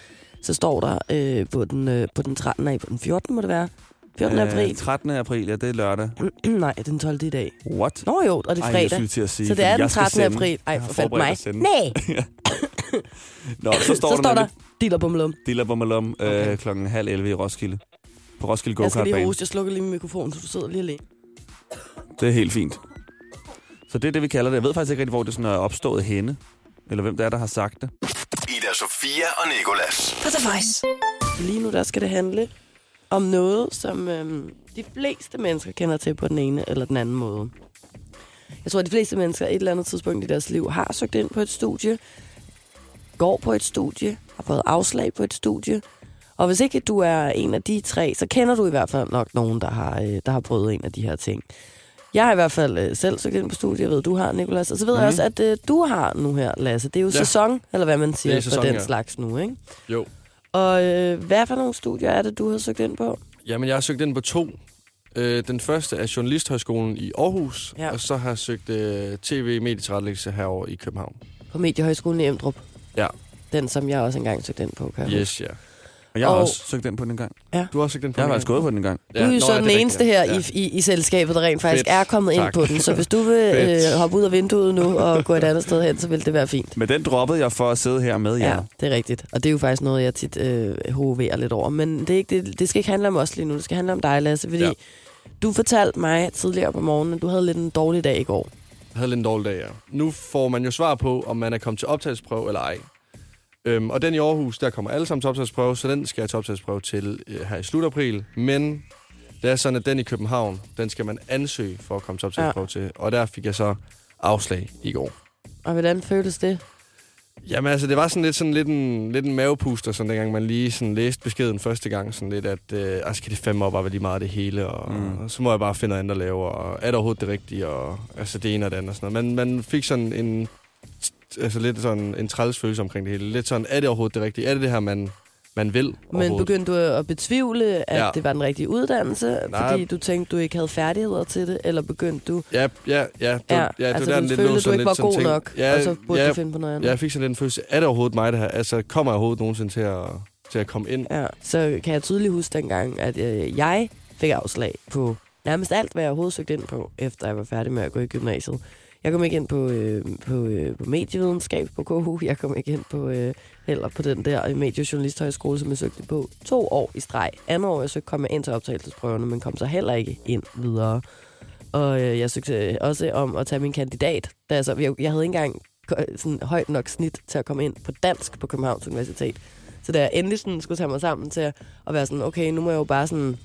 Speaker 3: så står der øh, på, den, øh, på den 13. april, på den 14. må det være, 14. Øh, april,
Speaker 4: 13. april, ja, det er lørdag.
Speaker 3: nej, den 12. i dag.
Speaker 4: What?
Speaker 3: Nå jo, og det er
Speaker 4: Ej, jeg
Speaker 3: fredag.
Speaker 4: skulle til at sige,
Speaker 3: så det
Speaker 4: fordi
Speaker 3: er den
Speaker 4: jeg skal
Speaker 3: 13.
Speaker 4: sende-
Speaker 3: april. Ej,
Speaker 4: Jeg har
Speaker 3: for fanden
Speaker 4: forberedt
Speaker 3: mig.
Speaker 4: at sende.
Speaker 3: Nej.
Speaker 4: Nå, så står,
Speaker 3: så står der,
Speaker 4: lidt
Speaker 3: dealer bum lum.
Speaker 4: dilla bummalum okay.
Speaker 5: Okay.
Speaker 4: øh, klokken halv 11 i Roskilde. På Roskilde
Speaker 3: Jeg skal
Speaker 4: Go-Kart
Speaker 3: lige
Speaker 4: Bane.
Speaker 3: rose, jeg slukker lige min mikrofon, så du sidder lige alene.
Speaker 4: Det er helt fint. Så det er det, vi kalder det. Jeg ved faktisk ikke rigtig, hvor det sådan er opstået henne. Eller hvem det er, der har sagt det.
Speaker 2: Ida Sofia og Nikolas.
Speaker 1: På The Voice.
Speaker 3: Lige nu der skal det handle om noget, som øhm, de fleste mennesker kender til på den ene eller den anden måde. Jeg tror, at de fleste mennesker et eller andet tidspunkt i deres liv har søgt ind på et studie, går på et studie, har fået afslag på et studie. Og hvis ikke du er en af de tre, så kender du i hvert fald nok nogen, der har, øh, der har prøvet en af de her ting. Jeg har i hvert fald øh, selv søgt ind på studie, jeg ved, du har, Nicolas. Og så ved mm. jeg også, at øh, du har nu her, Lasse. Det er jo ja.
Speaker 5: Ja.
Speaker 3: sæson, eller hvad man siger, sæson,
Speaker 5: sæson,
Speaker 3: for den ja.
Speaker 5: ja.
Speaker 3: slags nu, ikke?
Speaker 5: Jo.
Speaker 3: Og øh, hvad for nogle studier er det, du har søgt ind på?
Speaker 5: Jamen, jeg har søgt ind på to. Øh, den første er Journalisthøjskolen i Aarhus,
Speaker 3: Ja.
Speaker 5: ja. og så har jeg søgt øh, tv-medietilrettelæggelse herovre i København.
Speaker 3: På Mediehøjskolen i Emdrup.
Speaker 5: Ja,
Speaker 3: Den, som jeg også engang søgte ind på, kan jeg huske.
Speaker 5: yes, ja.
Speaker 4: Og jeg har
Speaker 3: Og-
Speaker 4: også søgt den på den gang.
Speaker 5: Du har også søgt den på
Speaker 4: Jeg har
Speaker 5: den
Speaker 4: faktisk
Speaker 5: her?
Speaker 4: gået på den gang.
Speaker 3: Du er jo
Speaker 5: nå,
Speaker 3: så
Speaker 5: det
Speaker 3: den
Speaker 5: rigtigt,
Speaker 3: eneste her ja. i, i, i selskabet, der rent faktisk
Speaker 5: Fedt.
Speaker 3: er kommet ind
Speaker 5: Tak.
Speaker 3: på den. Så hvis du vil
Speaker 5: Fedt.
Speaker 3: øh, hoppe ud af vinduet nu og gå et andet sted hen, så vil det være fint.
Speaker 4: Men den droppede jeg for at sidde her med jer.
Speaker 3: Ja, det er rigtigt. Og det er jo faktisk noget, jeg tit øh, hoverer lidt over. Men det, er ikke, det, det skal ikke handle om os lige nu. Det skal handle om dig, Lasse. Fordi ja.
Speaker 5: Ja.
Speaker 3: du fortalte mig tidligere på morgenen, at du havde lidt en dårlig dag i går.
Speaker 5: Jeg havde lidt en dårlig dag, ja. Nu får man jo svar på, om man er kommet til optagelsesprøve eller ej. Øhm, og den i Aarhus, der kommer alle sammen til optagelsesprøve, så den skal jeg til optagelsesprøve til øh, her i slut april. Men det er sådan, at den i København, den skal man ansøge for at komme til optagelsesprøve ja. til. Og der fik jeg så afslag i går.
Speaker 3: Og hvordan føles det?
Speaker 5: Jamen altså, det var sådan lidt, sådan lidt, en, lidt en mavepuster, sådan dengang man lige sådan læste beskeden første gang, sådan lidt, at øh, altså, kan det fandme op, bare være lige meget det hele, og,
Speaker 4: Mm.
Speaker 5: mm. og, så må jeg bare finde noget andet at lave, og er det overhovedet det rigtige, og altså det ene og det andet og sådan noget. Man, man fik sådan en, altså lidt sådan en træls følelse omkring det hele. Lidt sådan, er det overhovedet det rigtige? Er det det her, man, man vil
Speaker 3: Men
Speaker 5: overhovedet?
Speaker 3: begyndte du at betvivle, at ja.
Speaker 5: Ja.
Speaker 3: det var den rigtige uddannelse,
Speaker 5: Nej.
Speaker 3: fordi du tænkte, du ikke havde færdigheder til det, eller begyndte du...
Speaker 5: Ja, ja, ja. Det,
Speaker 3: Ja,
Speaker 5: ja, ja, det
Speaker 3: altså
Speaker 5: var
Speaker 3: du
Speaker 5: der, den lidt lå
Speaker 3: følte, du ikke
Speaker 5: sådan lidt
Speaker 3: var
Speaker 5: sådan
Speaker 3: god
Speaker 5: tænk-
Speaker 3: nok,
Speaker 5: ja,
Speaker 3: og så burde
Speaker 5: ja,
Speaker 3: du finde på noget andet.
Speaker 5: Jeg fik sådan lidt en følelse, er det overhovedet mig det her? Altså, kommer jeg overhovedet nogensinde til at, til at komme ind?
Speaker 3: Ja. Så kan jeg tydeligt huske dengang, at øh, jeg fik afslag på nærmest alt, hvad jeg overhovedet søgte ind på, efter jeg var færdig med at gå i gymnasiet. Jeg kom ikke ind på, øh, på, øh, på medievidenskab på KU. Jeg kom ikke ind på øh, heller på den der øh, mediejournalisthøjskole, som jeg søgte på to år i streg. Andet år, jeg søgte, kom jeg ind til optagelsesprøverne, men kom så heller ikke ind videre. Og øh, jeg søgte øh, også om at tage min kandidat. Da jeg, så, jeg, jeg havde ikke engang ko- sådan højt nok snit til at komme ind på dansk på Københavns Universitet. Så da jeg endelig sådan skulle tage mig sammen til at at være sådan, okay, nu må jeg jo bare sådan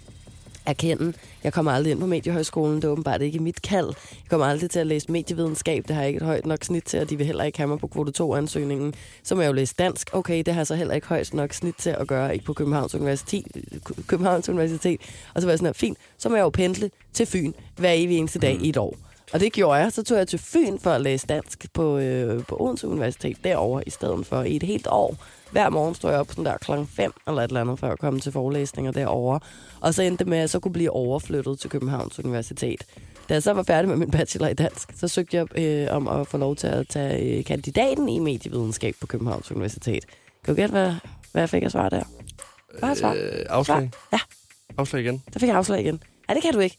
Speaker 3: erkende, jeg kommer aldrig ind på mediehøjskolen, det er åbenbart ikke mit kald. Jeg kommer aldrig til at læse medievidenskab, det har jeg ikke et højt nok snit til, og de vil heller ikke have mig på kvote 2-ansøgningen. Så må jeg jo læse dansk, okay, det har jeg så heller ikke højt nok snit til at gøre, ikke på Københavns Universitet. Kø- Københavns Universitet. Og så var jeg sådan, her, fint, så må jeg jo pendle til Fyn hver evig eneste dag i et år. Og det gjorde jeg. Så tog jeg til Fyn for at læse dansk på, øh, på Odense Universitet derovre, i stedet for i et helt år. Hver morgen stod jeg op sådan der klokken 5 eller et eller andet, for at komme til forelæsninger derovre. Og så endte det med, at jeg så kunne blive overflyttet til Københavns Universitet. Da jeg så var færdig med min bachelor i dansk, så søgte jeg øh, om at få lov til at tage øh, kandidaten i medievidenskab på Københavns Universitet. Kan du gætte, hvad, hvad jeg fik af svar der? Bare et svar.
Speaker 5: Øh, afslag?
Speaker 3: Svar. Ja.
Speaker 5: Afslag igen?
Speaker 3: Der fik jeg afslag igen. Nej, det kan du ikke.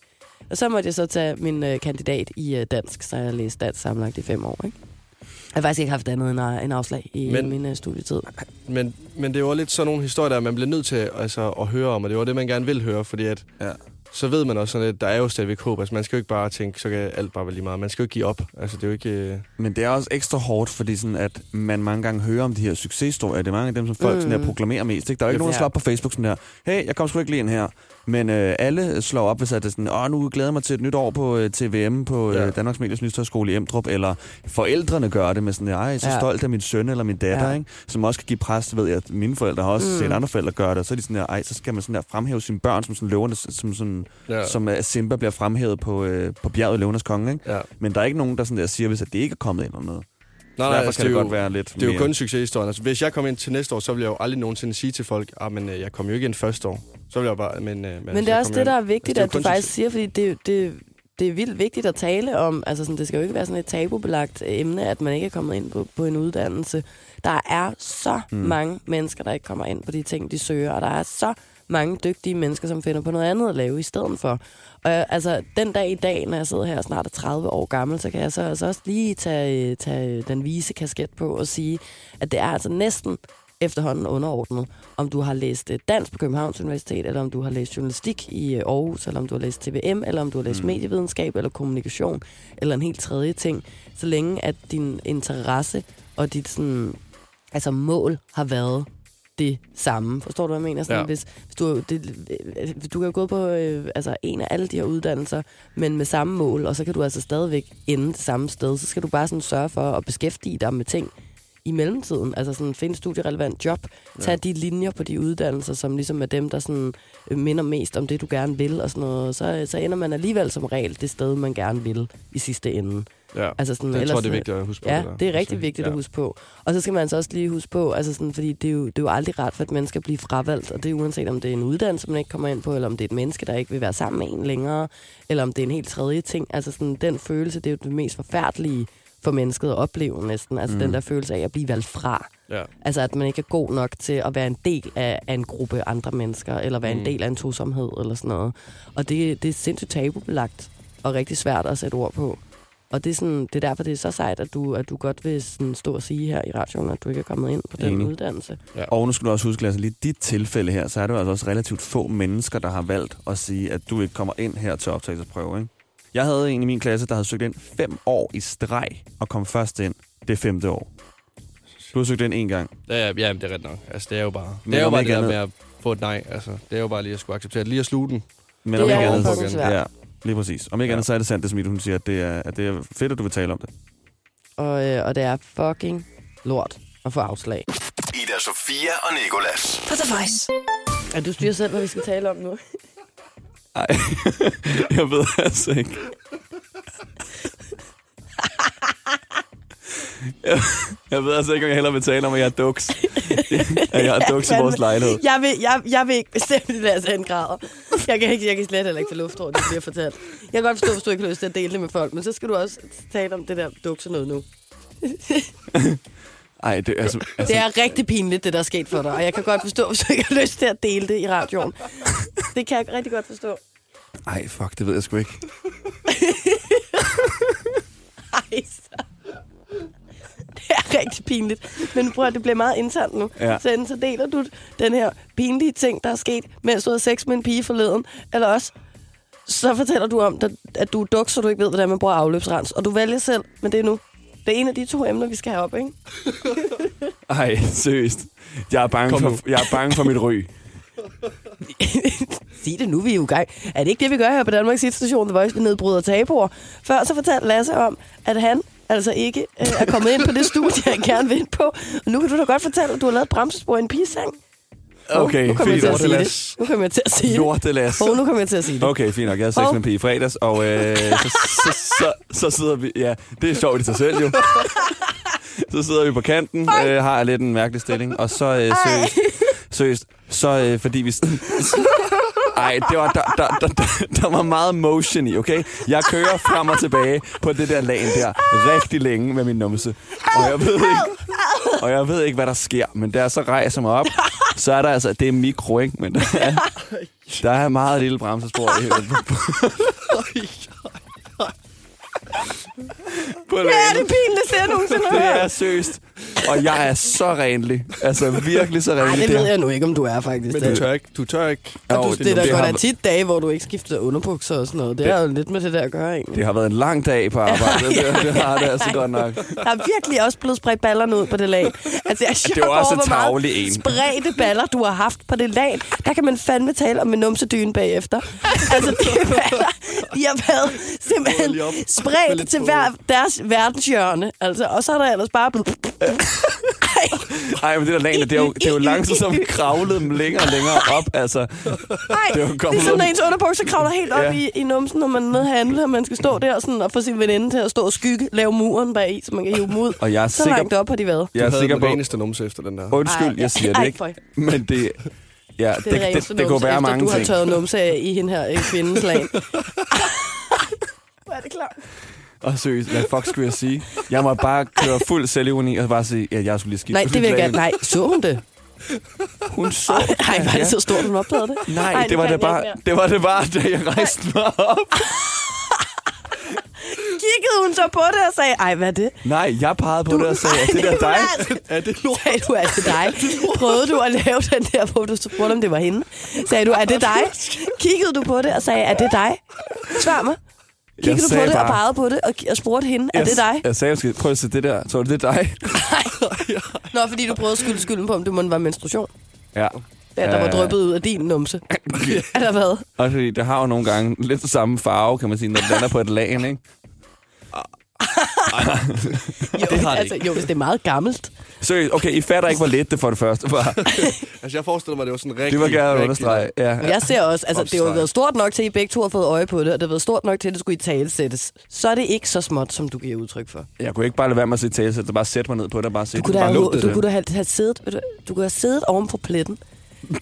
Speaker 3: Og så måtte jeg så tage min øh, kandidat i øh, dansk, så jeg læste dansk sammenlagt i fem år. Ikke? Jeg har faktisk ikke haft andet end, øh, end afslag i Men...
Speaker 5: Men-
Speaker 3: min øh, studietid.
Speaker 5: Men, men det var lidt sådan nogle historier, der man bliver nødt til altså, at høre om, og det var det, man gerne vil høre, fordi at,
Speaker 4: Ja.
Speaker 5: så ved man også sådan lidt, der er jo stadigvæk håb. Altså, man skal jo ikke bare tænke, så kan alt bare være lige meget. Man skal jo ikke give op. Altså, det er jo ikke... Øh...
Speaker 4: Men det er også ekstra hårdt, fordi sådan, at man mange gange hører om de her succeshistorier. Det er mange af dem, som folk mm. sådan her proklamerer mest. Ikke? Der er jo ikke nogen, der
Speaker 3: Ja.
Speaker 4: slår op på Facebook sådan her. Hey, jeg kom sgu ikke lige ind her. Men øh, alle slår op, hvis at det er sådan, åh, nu glæder jeg mig til et nyt år på øh, TVM på ja.
Speaker 5: Ja.
Speaker 4: øh, Danmarks Mediers Nyhedshøjskole i Emdrup. Eller forældrene gør det med sådan, ej, jeg er så
Speaker 3: Ja.
Speaker 4: ja. stolt af min søn eller min datter.
Speaker 3: Ja.
Speaker 4: Ja. Ikke? Som også kan give pres, ved jeg, at mine forældre har også mm. set andre forældre gøre det. Og så er de sådan her, ej, så skal man sådan her fremhæve sine børn som sådan løverne, som sådan, ja.
Speaker 5: Ja.
Speaker 4: som øh, Simba bliver fremhævet på, øh, på bjerget Løvenes Konge. Ikke?
Speaker 5: Ja.
Speaker 4: Men der er ikke nogen, der, sådan der siger, hvis at det ikke er kommet ind eller noget.
Speaker 5: Nej,
Speaker 4: Derfor kan altså, det
Speaker 5: er
Speaker 4: godt være lidt
Speaker 5: Det er
Speaker 4: mere.
Speaker 5: jo kun succeshistorien. Altså, hvis jeg kom ind til næste år, så ville jeg jo aldrig nogensinde sige til folk, ah, men øh, jeg kom jo ikke ind første år. Så ville jeg bare... Men, øh,
Speaker 3: Men det er også det, der er vigtigt, at
Speaker 5: Altså,
Speaker 3: du
Speaker 5: det er jo kun
Speaker 3: faktisk siger, fordi det, det, det er vildt vigtigt at tale om. Altså sådan, det skal jo ikke være sådan et tabubelagt emne, at man ikke er kommet ind på, på en uddannelse. Der er så mm. mange mennesker, der ikke kommer ind på de ting, de søger, og der er så mange dygtige mennesker, som finder på noget andet at lave i stedet for. Og jeg, altså, den dag i dag, når jeg sidder her og snart er 30 år gammel, så kan jeg så altså også lige tage, øh, tage øh, den vise kasket på og sige, at det er altså næsten efterhånden underordnet, om du har læst øh, dans på Københavns Universitet, eller om du har læst journalistik i øh, Aarhus, eller om du har læst TVM, eller om du har læst mm. medievidenskab, eller kommunikation, eller en helt tredje ting. Så længe at din interesse og dit sådan, altså mål har været det samme. Forstår du, hvad jeg mener? Sådan,
Speaker 5: Ja.
Speaker 3: ja. hvis, hvis du, det, øh, du kan jo gå på øh, altså, en af alle de her uddannelser, men med samme mål, og så kan du altså stadigvæk ende det samme sted. Så skal du bare sådan sørge for at beskæftige dig med ting i mellemtiden. Altså sådan, finde et studierelevant job. Tag de linjer på de uddannelser, som ligesom er dem, der sådan, øh, minder mest om det, du gerne vil og sådan noget. Så, øh, så ender man alligevel som regel det sted, man gerne vil i sidste ende.
Speaker 5: Ja.
Speaker 3: Altså sådan,
Speaker 5: jeg
Speaker 3: ellers-
Speaker 5: tror, det er vigtigt at huske på.
Speaker 3: Ja,
Speaker 5: der.
Speaker 3: det er rigtig
Speaker 5: Så,
Speaker 3: vigtigt
Speaker 5: ja.
Speaker 3: at huske på. Og så skal man så også lige huske på, altså sådan, fordi det er, jo, det er jo aldrig rart for et menneske at blive fravalgt, og det er uanset om det er en uddannelse, man ikke kommer ind på, eller om det er et menneske, der ikke vil være sammen med en længere, eller om det er en helt tredje ting. Altså sådan, den følelse, det er jo det mest forfærdelige for mennesket at opleve næsten. Altså mm. den der følelse af at blive valgt fra.
Speaker 5: Ja.
Speaker 3: Altså at man ikke er god nok til at være en del af, af en gruppe andre mennesker, eller være mm. en del af en tosomhed, eller sådan noget. Og det, det er sindssygt tabubelagt, og rigtig svært at sætte ord på. Og det er, sådan, det er derfor, det er så sejt, at du, at du godt vil sådan stå og sige her i radioen, at du ikke er kommet ind på den
Speaker 4: Enig.
Speaker 3: uddannelse.
Speaker 4: Og nu skal du også huske, Lasse, lige i dit tilfælde her, så er det jo altså også relativt få mennesker, der har valgt at sige, at du ikke kommer ind her til optagelsesprøve, ikke? Jeg havde en i min klasse, der havde søgt ind fem år i streg og kom først ind det femte år. Du har søgt ind en gang.
Speaker 5: Ja, ja, ja, men det er ret nok. Altså, det er jo bare
Speaker 4: Men
Speaker 5: det, er jo
Speaker 4: om
Speaker 5: bare det
Speaker 4: ikke
Speaker 5: der med
Speaker 4: andet-
Speaker 5: at få et nej. Altså, det er jo bare lige at skulle acceptere det. Lige at sluge den.
Speaker 4: Men
Speaker 3: Det
Speaker 4: om
Speaker 3: er
Speaker 4: ikke
Speaker 3: jo
Speaker 4: andet,
Speaker 3: fucking svært.
Speaker 4: Ja, lige præcis. Om ikke
Speaker 5: Ja.
Speaker 4: andet, så er det sandt, det Smil, hun siger, at det, er, at det er fedt, at du vil tale om det.
Speaker 3: Og, øh, og det er fucking lort at få afslag.
Speaker 2: Ida Sofia og Nikolas.
Speaker 1: På The Voice.
Speaker 3: Og du styrer selv, hvad vi skal tale om nu.
Speaker 4: Nej, jeg ved altså ikke. Jeg, jeg ved altså ikke, om jeg hellere vil tale om, at jeg er duks. At jeg er duks i vores lejlighed.
Speaker 3: Jeg vil, jeg, jeg vil ikke bestemme det, altså en grader. Jeg kan, ikke, jeg kan slet heller ikke få luft over, det bliver fortalt. Jeg kan godt forstå, hvis du ikke har lyst til at dele det med folk, men så skal du også tale om det der dukser noget nu.
Speaker 4: Ej, det, altså, altså,
Speaker 3: Det er rigtig pinligt, det der er sket for dig, og jeg kan godt forstå, hvis du ikke har lyst til at dele det i radioen. Det kan jeg rigtig godt forstå.
Speaker 4: ej, fuck, det ved jeg sgu ikke.
Speaker 3: Ej, så. Det er rigtig pinligt. Men prøv at det bliver meget internt nu.
Speaker 4: Ja.
Speaker 3: Ja. Så enten så deler du den her pinlige ting, der er sket, mens du havde sex med en pige forleden, eller også så fortæller du om, at- at du er duk, så du ikke ved, hvordan man bruger afløbsrens. Og du vælger selv, men det er nu. Det er en af de to emner, vi skal have op, ikke?
Speaker 4: Ej, seriøst. Jeg er bange,
Speaker 5: Kom
Speaker 4: for,
Speaker 5: nu.
Speaker 4: jeg er bange for mit ryg.
Speaker 3: Sig det nu, vi er jo i gang. Er det ikke det, vi gør her på Danmarks Station The Voice? Vi nedbryder tabuer. Før så fortalte Lasse om, at han altså ikke øh, er kommet ind på det studie, han gerne vil ind på. Og nu kan du da godt fortælle, at du har lavet et bremsespor i en pigesang. Hov,
Speaker 4: Okay,
Speaker 3: nu kommer jeg
Speaker 4: fint
Speaker 3: til
Speaker 4: nok.
Speaker 3: at
Speaker 5: Lorte,
Speaker 3: sige det.
Speaker 5: Lasse.
Speaker 3: Nu kommer jeg til at sige det.
Speaker 4: Lortelas.
Speaker 3: Hov, nu kommer jeg til at sige det.
Speaker 4: Okay, fint nok. Jeg havde sex
Speaker 3: Hov.
Speaker 4: med en pige i fredags, og øh, så, så, så, så sidder vi... Ja, det er sjovt i sig selv jo. Så sidder vi på kanten, øh, har lidt en mærkelig stilling, og så øh, seriøst, seriøst, så øh, fordi vi... Ej, det var, der, der, der, der, der var meget motion i, okay? Jeg kører frem og tilbage på det der lagen der rigtig længe med min numse. Og jeg ved ikke, og jeg ved ikke hvad der sker, men da jeg så rejser mig op, så er der altså... Det er mikro, ikke? Men der er, der er meget lille bremsespor i hele på
Speaker 3: Hvad er
Speaker 4: lagen.
Speaker 3: det pinligste, jeg nogensinde har
Speaker 4: Det er
Speaker 3: hørt?
Speaker 4: seriøst. Og jeg er så renlig. Altså virkelig så renlig.
Speaker 3: Nej, det
Speaker 4: Det-
Speaker 3: ved jeg nu ikke, om du er faktisk.
Speaker 5: Men du tør ikke. Du tør ikke.
Speaker 4: Jo,
Speaker 3: Du, det, er
Speaker 4: det
Speaker 3: der
Speaker 4: har-
Speaker 3: går da tit dage, hvor du ikke skifter underbukser og sådan noget. Det,
Speaker 4: Det-
Speaker 3: er jo lidt med det der at gøre, egentlig.
Speaker 4: Det har været en lang dag på arbejde. Det, det har det altså godt nok.
Speaker 3: Der er virkelig også blevet spredt ballerne ud på det lag. Altså, jeg er
Speaker 4: Det var
Speaker 3: chok
Speaker 4: også
Speaker 3: over, hvor meget
Speaker 4: tarvelig en.
Speaker 3: spredte baller, du har haft på det lag. Der kan man fandme tale om en numsedyne bagefter. Altså, de baller, de har været simpelthen
Speaker 5: lige op. Med
Speaker 3: spredt
Speaker 5: lidt
Speaker 3: til
Speaker 5: på.
Speaker 3: hver deres verdenshjørne. Altså, og så er der ellers bare blevet... Ej,
Speaker 4: Ej, men det der lagen, det er jo, det er jo langsomt kravlet dem længere og længere op. Altså,
Speaker 3: ej.
Speaker 4: Det er jo
Speaker 3: Det er
Speaker 4: kommet
Speaker 3: ligesom, når
Speaker 4: ud.
Speaker 3: ens underbukser kravler helt op
Speaker 4: Ja.
Speaker 3: ja. i, i numsen, når man er nede at handle, og man skal stå der sådan, og få sin veninde til at stå og skygge, lave muren bag i, så man kan hive dem ud.
Speaker 4: Og jeg er
Speaker 3: så
Speaker 4: sikker-
Speaker 3: langt op har de været.
Speaker 4: jeg er
Speaker 5: havde
Speaker 4: sikker
Speaker 5: den
Speaker 4: på...
Speaker 5: reneste numse efter den der.
Speaker 4: Undskyld,
Speaker 3: Ej,
Speaker 4: jeg siger
Speaker 3: ej,
Speaker 4: det ikke.
Speaker 3: føj.
Speaker 4: Men det... Ja, det,
Speaker 3: Det,
Speaker 4: det, det, det kunne være mange
Speaker 3: Altså, du har
Speaker 4: ting.
Speaker 3: tørret numse af i hende her øh, kvindens lag. Hvor er det klart?
Speaker 4: Og seriøst, hvad fuck skulle jeg sige? Jeg må bare køre fuld selvironi og bare sige, at jeg skulle lige skifte.
Speaker 3: Nej, det vil jeg gerne. Nej, så hun det?
Speaker 4: Hun så...
Speaker 3: Ej, var det så stort, hun opdagede det?
Speaker 4: Nej,
Speaker 3: Ej,
Speaker 4: Ej, det, det var
Speaker 3: kan
Speaker 4: det
Speaker 3: jeg
Speaker 4: bare,
Speaker 3: ikke mere.
Speaker 4: det var det bare, da jeg rejste mig op.
Speaker 3: Kiggede hun så på det og sagde, ej, hvad er det?
Speaker 4: Nej, jeg pegede på du, det og sagde, at det der dig.
Speaker 5: Er det lort?
Speaker 3: Sagde du, er det dig? Prøvede du at lave den der, hvor du spurgte, om det var hende? Sagde du, er det dig? Kiggede du på det og sagde, er det dig? Svar mig. Kiggede du på
Speaker 4: sagde
Speaker 3: det og
Speaker 4: bare-
Speaker 3: pegede på det og, og spurgte hende, er
Speaker 4: Jeg-
Speaker 3: det dig?
Speaker 4: Jeg sagde, måske, prøv at se det der. Så var det det dig?
Speaker 3: Nå, fordi du prøvede at skylde skylden på, om det måtte være menstruation.
Speaker 4: Ja.
Speaker 3: Ja, der var
Speaker 4: Øh.
Speaker 3: drøbet ud af din numse. Er der hvad?
Speaker 4: Også fordi det har jo nogle gange lidt samme farve, kan man sige, når det lander på et lag, ikke?
Speaker 3: Jo,
Speaker 5: det har det
Speaker 3: altså, jo, hvis det er meget gammelt.
Speaker 4: Seriøst, okay, I fatter ikke, hvor let det for det første var.
Speaker 5: Altså, jeg forestiller mig, det var sådan rigtig...
Speaker 4: Det var gerne at
Speaker 5: rigtig-
Speaker 4: understrege. Ja.
Speaker 3: Jeg ser også, altså det har jo
Speaker 5: Opstreg.
Speaker 3: været stort nok til, at I begge to har fået øje på det, og det har været stort nok til, at det skulle i tale sættes. Så er det ikke så småt, som du giver udtryk for.
Speaker 4: Jeg kunne ikke bare lade være med at se tale, så bare sætte mig ned på det og bare se.
Speaker 3: Du kunne da
Speaker 4: bare
Speaker 3: have,
Speaker 4: lugte
Speaker 3: du
Speaker 4: det.
Speaker 3: kunne da have, have siddet, ved du, du kunne have siddet oven på pletten,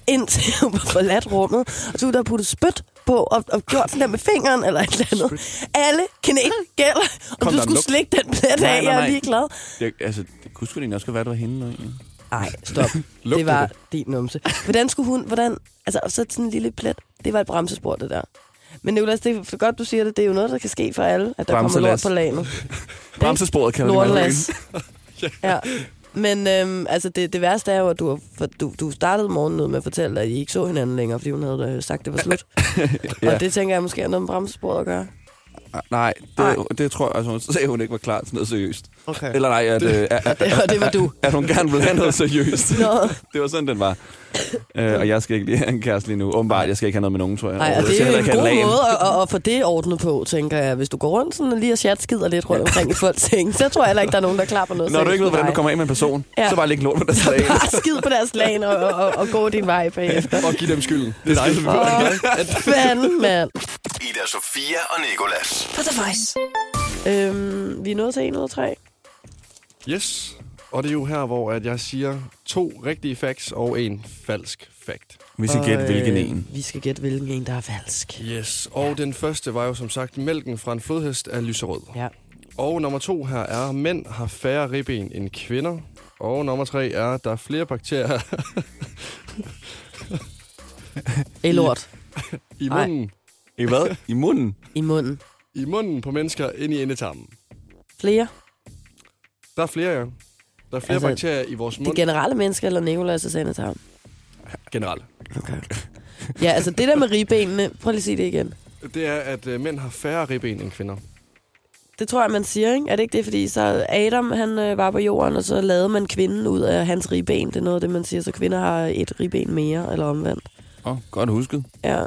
Speaker 3: indtil hun var forladt rummet, og så kunne du have puttet spyt på og, og gjort sådan der med fingeren eller et eller andet. Alle knæ gælder, og
Speaker 5: Kom,
Speaker 3: du
Speaker 5: der er
Speaker 3: skulle
Speaker 5: lugt.
Speaker 3: slikke den plet
Speaker 4: Nej,
Speaker 3: af,
Speaker 4: nej,
Speaker 3: jeg er
Speaker 4: nej.
Speaker 3: ligeglad.
Speaker 4: Jeg, altså, det kunne sgu da egentlig også godt være, at det var hende nu, egentlig.
Speaker 3: Nej, stop. det var din numse. Hvordan skulle hun, hvordan, altså og så sådan en lille plet, det var et bremsespor det der. Men Nicolas, det er for godt, du siger det, det er jo noget, der kan ske for alle, at der kommer lort
Speaker 4: Bremselas.
Speaker 3: på lagene.
Speaker 4: Bremsesporet kalder det. man
Speaker 3: Lortelas. ja. Men øhm, altså det, det værste er jo, at du, har- for, du, du startede morgenen ud med at fortælle, at I ikke så hinanden længere, fordi hun havde øh, sagt, at det var slut.
Speaker 4: Ja.
Speaker 3: ja. Og det tænker jeg måske er noget med bremsesporet at gøre.
Speaker 4: Ah, Nej,
Speaker 3: Nej.
Speaker 4: det, det tror jeg, altså, hun sagde, hun ikke var klar til noget seriøst.
Speaker 3: Okay.
Speaker 4: Eller nej, at, øh, at, at,
Speaker 3: Det var, det var du.
Speaker 4: at hun gerne ville have noget seriøst.
Speaker 3: Nå.
Speaker 4: det var sådan, den var. Øh, og jeg skal ikke lige have en kæreste lige nu. Åbenbart, jeg skal ikke have noget med nogen, tror jeg.
Speaker 3: Nej, og
Speaker 4: Jeg
Speaker 3: det
Speaker 4: skal
Speaker 3: er
Speaker 4: heller
Speaker 3: jo en
Speaker 4: ikke have
Speaker 3: god
Speaker 4: lagen.
Speaker 3: måde at, at, at få det ordnet på, tænker jeg. Hvis du går rundt sådan lige og chatskider lidt rundt omkring i folks seng, så tror jeg heller ikke, der er nogen, der klapper noget.
Speaker 4: Når du
Speaker 3: seriøst
Speaker 4: ikke ved,
Speaker 3: med
Speaker 4: hvordan du
Speaker 3: dig.
Speaker 4: kommer af med en person,
Speaker 3: Ja.
Speaker 4: ja. så bare læg lort på deres lag.
Speaker 3: Bare skid på deres lagen og, og, og, og gå din vej bagefter.
Speaker 5: Og give dem skylden. Det er dig.
Speaker 3: Fanden, mand.
Speaker 2: Ida Sofia og Nikolas.
Speaker 1: På The Voice.
Speaker 3: Øhm, vi er nået til 1 ud af 3.
Speaker 5: Yes. Og det er jo her, hvor at jeg siger to rigtige facts og en falsk fact.
Speaker 4: Vi skal gætte, hvilken en.
Speaker 3: øh, Vi skal gætte, hvilken en, der er falsk.
Speaker 5: Yes. Og den første var jo som sagt, mælken fra en flodhest er lyserød.
Speaker 3: Ja.
Speaker 5: Og nummer to her er, mænd har færre ribben end kvinder. Og nummer tre er, der er flere bakterier
Speaker 3: Elort.
Speaker 5: i
Speaker 3: Ej.
Speaker 5: munden,
Speaker 4: I hvad? I munden?
Speaker 3: I munden.
Speaker 5: i munden på mennesker end i endetarmen.
Speaker 3: Flere.
Speaker 5: Der er flere, ja. Der er flere
Speaker 3: Altså,
Speaker 5: altså, bakterier i vores
Speaker 3: De
Speaker 5: mund
Speaker 3: generelle mennesker, eller Nicolas og Sanatown?
Speaker 5: generelt.
Speaker 3: Okay. Ja, altså det der med ribbenene. Prøv lige at sige det igen.
Speaker 5: Det er, at øh, mænd har færre ribben end kvinder.
Speaker 3: Det tror jeg, man siger, ikke? Er det ikke det? Fordi så Adam, han øh, var på jorden, og så lavede man kvinden ud af hans ribben. Det er noget af det, man siger. Så kvinder har et ribben mere, eller omvendt.
Speaker 4: Åh, oh, godt husket.
Speaker 3: Ja,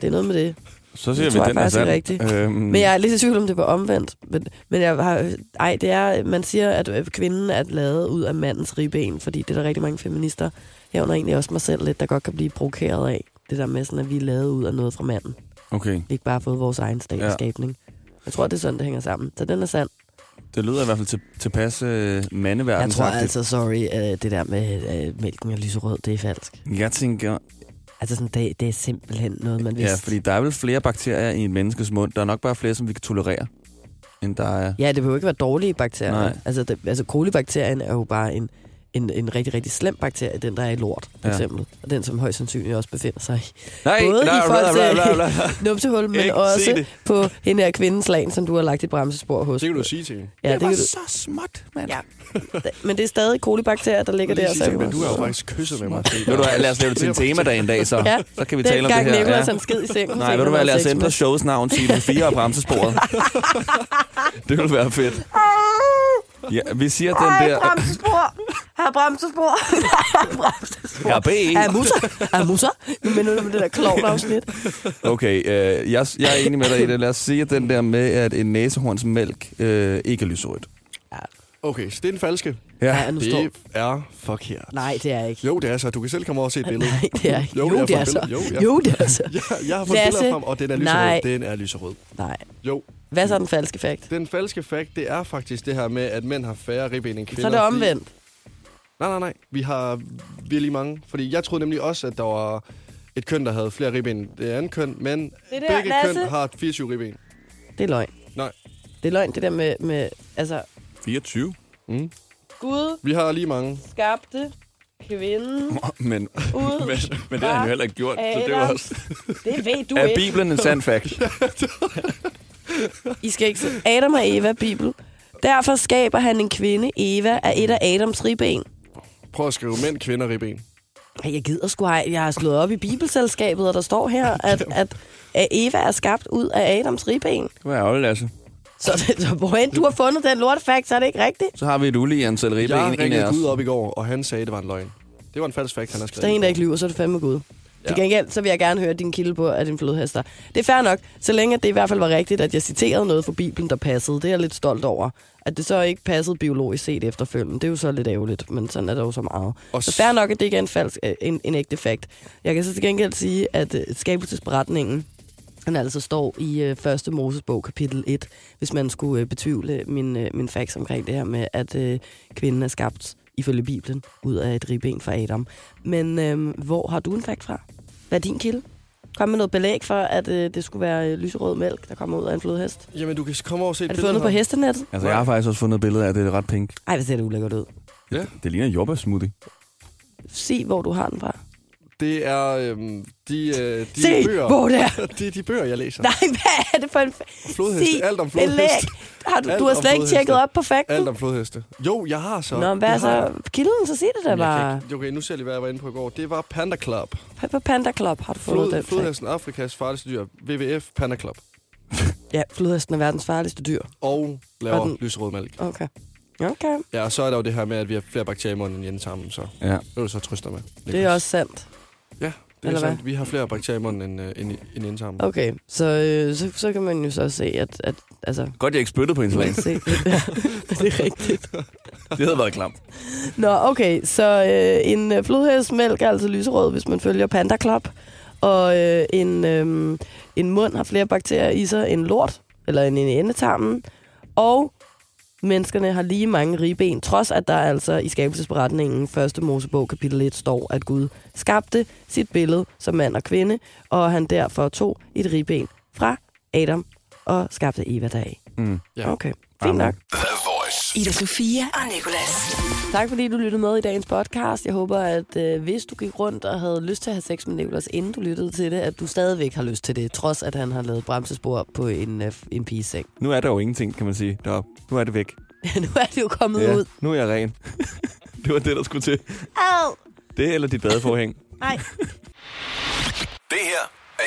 Speaker 3: det er noget med det.
Speaker 4: Så siger
Speaker 3: Det
Speaker 4: vi,
Speaker 3: tror jeg
Speaker 4: den er
Speaker 3: faktisk
Speaker 4: sand.
Speaker 3: er rigtigt.
Speaker 4: Øhm,
Speaker 3: Men jeg er lidt i tvivl, om det var omvendt. Men, men jeg har, ej, det er, man siger, at øh, kvinden er lavet ud af mandens ribben, fordi det er der rigtig mange feminister, herunder egentlig også mig selv lidt, der godt kan blive provokeret af. Det der med sådan, at vi er lavet ud af noget fra manden.
Speaker 4: Okay,
Speaker 3: Vi har ikke bare fået vores egen stat
Speaker 4: Ja.
Speaker 3: ja. skabning. Jeg tror, det er sådan, det hænger sammen. Så den er sand.
Speaker 4: det lyder i hvert fald til, tilpas øh,
Speaker 3: Jeg tror
Speaker 4: mandeverdensagtigt.
Speaker 3: altså, sorry, øh, det der med øh, mælken og lyserød, det er falsk.
Speaker 4: Jeg tænker,
Speaker 3: Altså, sådan, det, det er simpelthen noget, man vidste.
Speaker 4: ja, fordi der er vel flere bakterier i en menneskes mund. Der er nok bare flere, som vi kan tolerere, end der er.
Speaker 3: Ja, det behøver ikke være dårlige bakterier.
Speaker 4: Nej.
Speaker 3: Altså, det, altså kolibakterien er jo bare en, en, en rigtig, rigtig slem bakterie, den der er i lort, for
Speaker 4: Ja.
Speaker 3: ja. eksempel. Og den, som højst sandsynligt også befinder sig i
Speaker 4: Nej,
Speaker 3: Både
Speaker 4: nej,
Speaker 3: i
Speaker 4: nej,
Speaker 3: folks,
Speaker 4: nej,
Speaker 3: øh,
Speaker 4: nej, nej, nej.
Speaker 3: numsehul, men
Speaker 4: Ikke se
Speaker 3: også
Speaker 4: det.
Speaker 3: på hende her kvindens lag, som du har lagt et bremsespor hos.
Speaker 5: Det kan du sige til hende.
Speaker 3: Ja, det, det kan
Speaker 4: så småt, mand. Ja.
Speaker 3: du, men det er stadig kolibakterier, der ligger der.
Speaker 5: Lige sige
Speaker 3: Så
Speaker 5: til hende, men du har jo faktisk kysset med mig.
Speaker 4: Ved du hvad, lad os lave det til en temadag en dag, så,
Speaker 3: Ja,
Speaker 4: så kan vi tale
Speaker 3: den
Speaker 4: om det
Speaker 3: gang
Speaker 4: her.
Speaker 3: Nicolas han sked i sengen.
Speaker 4: Nej, ved du hvad, lad os ændre shows navn til Iben Fire og Bremsesporet. det ville være fedt. Ja, vi siger den der...
Speaker 3: bremsespor! Her bremsespor! Her bremsespor!
Speaker 4: Jeg er B1.
Speaker 3: Er musser? Er musser? Nu minder du om det der klovn-afsnit.
Speaker 4: Okay, øh, jeg, jeg er enig med dig i det. Lad os sige den der med, at en næsehorns mælk øh, ikke er lyserødt.
Speaker 5: Okay, så det er den falske.
Speaker 3: Ja, nu står...
Speaker 5: Det er forkert.
Speaker 3: Nej, det er ikke.
Speaker 5: Jo, det er så. Du kan selv komme over og se et billede.
Speaker 3: Nej, det er ikke.
Speaker 5: Jo,
Speaker 3: Jo, jo
Speaker 5: jeg
Speaker 3: det
Speaker 5: har
Speaker 3: er
Speaker 5: fået
Speaker 3: så. Jo,
Speaker 5: billeder. Jo, jeg-
Speaker 3: det er så.
Speaker 5: Ja, jeg har fået
Speaker 3: Lasse,
Speaker 5: billeder frem, og den er lyserød.
Speaker 3: nej.
Speaker 5: Den er lyserød.
Speaker 3: Nej.
Speaker 5: Jo,
Speaker 3: Hvad så er den falske fakt?
Speaker 5: den falske fakt, det er faktisk det her med, at mænd har færre ribben end kvinder.
Speaker 3: Så er det
Speaker 5: fordi-
Speaker 3: omvendt.
Speaker 5: Nej, nej, nej. Vi har vi er lige mange. Fordi jeg troede nemlig også, at der var et køn, der havde flere ribben end det andet køn. Men det
Speaker 3: der,
Speaker 5: begge
Speaker 3: Lasse.
Speaker 5: køn har 24 ribben.
Speaker 3: Det er løgn.
Speaker 5: Nej.
Speaker 3: Det er løgn, det der med, med altså,
Speaker 4: 24?
Speaker 3: Gud
Speaker 5: Vi har lige mange.
Speaker 3: skabte kvinden
Speaker 8: Men,
Speaker 3: ud.
Speaker 8: men, men det har han jo heller ikke gjort, så det var også...
Speaker 3: Det ved du
Speaker 8: Er
Speaker 3: ikke.
Speaker 8: Bibelen en sand fact?
Speaker 3: I skal ikke se. Adam og Eva, Bibel. Derfor skaber han en kvinde, Eva, af et af Adams ribben.
Speaker 5: Prøv at skrive mænd, kvinder, ribben.
Speaker 3: Ej, Jeg gider sgu ej. Jeg har slået op i Bibelselskabet, og der står her, at, at at Eva er skabt ud af Adams ribben.
Speaker 8: Det var ærgerligt, Lasse.
Speaker 3: Så, så hvor end du har fundet den lortefakt, så er det ikke rigtigt.
Speaker 8: Så har vi et ulige antal ribben,
Speaker 5: Jeg
Speaker 8: en af
Speaker 5: ringede
Speaker 8: os.
Speaker 5: Gud op i går, og han sagde, at det var en løgn. Det var en falsk fact, han har
Speaker 3: Hvis
Speaker 5: skrevet.
Speaker 3: der er en, der ikke lyver, så er det fandme Gud. Ja. Til gengæld, så vil jeg gerne høre din kilde på, at en flodhester. Det er fair nok, så længe det i hvert fald var rigtigt, at jeg citerede noget fra Bibelen, der passede. Det er jeg lidt stolt over. At det så ikke passede biologisk set efterfølgende, det er jo så lidt ærgerligt, men sådan er det jo så meget.
Speaker 5: Og
Speaker 3: så
Speaker 5: s-
Speaker 3: fair nok, at det ikke er en, falsk, øh, en, en ægte fakt. Jeg kan så til gengæld sige, at øh, skabelsesberetningen, den altså står i øh, første Mosebog, kapitel 1, hvis man skulle øh, betvivle min, øh, min facts omkring det her med, at øh, kvinden er skabt ifølge Bibelen ud af et ribben fra Adam. Men øh, hvor har du en fact fra? Hvad er din kilde? Kom med noget belæg for, at øh, det skulle være øh, lyserød mælk, der kommer ud af en flodhest.
Speaker 5: Jamen, du kan komme over og se et
Speaker 3: Er det
Speaker 5: billede
Speaker 3: fundet på
Speaker 5: her.
Speaker 3: hestenettet?
Speaker 4: Altså, jeg har faktisk også fundet et billede af, det er ret pink.
Speaker 3: Ej, hvor ser det ulækkert ud.
Speaker 5: Ja.
Speaker 4: Det ligner en jordbærsmoothie.
Speaker 3: Se, hvor du har den fra.
Speaker 5: Det er øhm, de, øh, de
Speaker 3: Se,
Speaker 5: bøger.
Speaker 3: hvor det er.
Speaker 5: det er de bøger, jeg læser.
Speaker 3: Nej, hvad er det for en... Fa-
Speaker 5: Flodheste.
Speaker 3: Se,
Speaker 5: Alt om flodheste.
Speaker 3: belæg. Har du,
Speaker 5: Alt
Speaker 3: du har
Speaker 5: om
Speaker 3: slet ikke
Speaker 5: flodheste.
Speaker 3: tjekket op på fakten?
Speaker 5: Alt om flodheste. Jo, jeg har så.
Speaker 3: Nå, men hvad er
Speaker 5: Jeg har-
Speaker 3: så? Kilden, så sig det da
Speaker 5: Jeg
Speaker 3: bare.
Speaker 5: kan ikke- Okay, nu ser jeg lige, hvad jeg var inde på i går. Det var Panda Club.
Speaker 3: Hvad på Panda Club har du fundet
Speaker 5: Flod,
Speaker 3: den flod.
Speaker 5: flodhesten Afrikas farligste dyr. WWF Panda Club.
Speaker 3: Ja, flodhesten er verdens farligste dyr.
Speaker 5: Og laver
Speaker 3: Og den-
Speaker 5: lyserød mælk.
Speaker 3: Okay. Okay.
Speaker 5: Ja, og så er der jo det her med, at vi har flere bakterier i munden end Jens sammen, så
Speaker 4: Ja.
Speaker 5: det er du så trøster med. Niklas.
Speaker 3: Det er også sandt.
Speaker 5: Ja, det er
Speaker 3: Eller
Speaker 5: sandt. Vi har flere bakterier i munden end, øh, end, end Jens sammen.
Speaker 3: Okay, så, øh, så, så kan man jo så se, at... at altså,
Speaker 8: Godt, jeg ikke spyttede på hendes
Speaker 3: man
Speaker 8: lag.
Speaker 3: kan se, ja, det er rigtigt.
Speaker 8: Det havde været klamt.
Speaker 3: Nå, okay, så øh, en øh, flodhestmælk er altså lyserød, hvis man følger Panda Club. Og øh, en, øh, en mund har flere bakterier i sig end lort, eller end en endetarmen. Og menneskerne har lige mange ribben, trods at der altså i skabelsesberetningen, første Mosebog kapitel 1, står, at Gud skabte sit billede som mand og kvinde, og han derfor tog et ribben fra Adam og skabte Eva deraf.
Speaker 4: Mm.
Speaker 5: Ja.
Speaker 3: Okay, fint nok.
Speaker 2: The Voice.
Speaker 1: Ida Sofia og Nicolas.
Speaker 3: Tak fordi du lyttede med i dagens podcast. Jeg håber, at øh, hvis du gik rundt og havde lyst til at have sex med Nicolas, inden du lyttede til det, at du stadigvæk har lyst til det, trods at han har lavet bremsespor på en, øh, en pigeseng.
Speaker 4: Nu er der jo ingenting, kan man sige, deroppe. Nu er det væk.
Speaker 3: nu er det jo kommet
Speaker 4: Ja,
Speaker 3: ud.
Speaker 4: nu er jeg ren. det var det, der skulle til.
Speaker 3: Au!
Speaker 4: Det eller dit badeforhæng.
Speaker 3: Nej.
Speaker 2: Det her er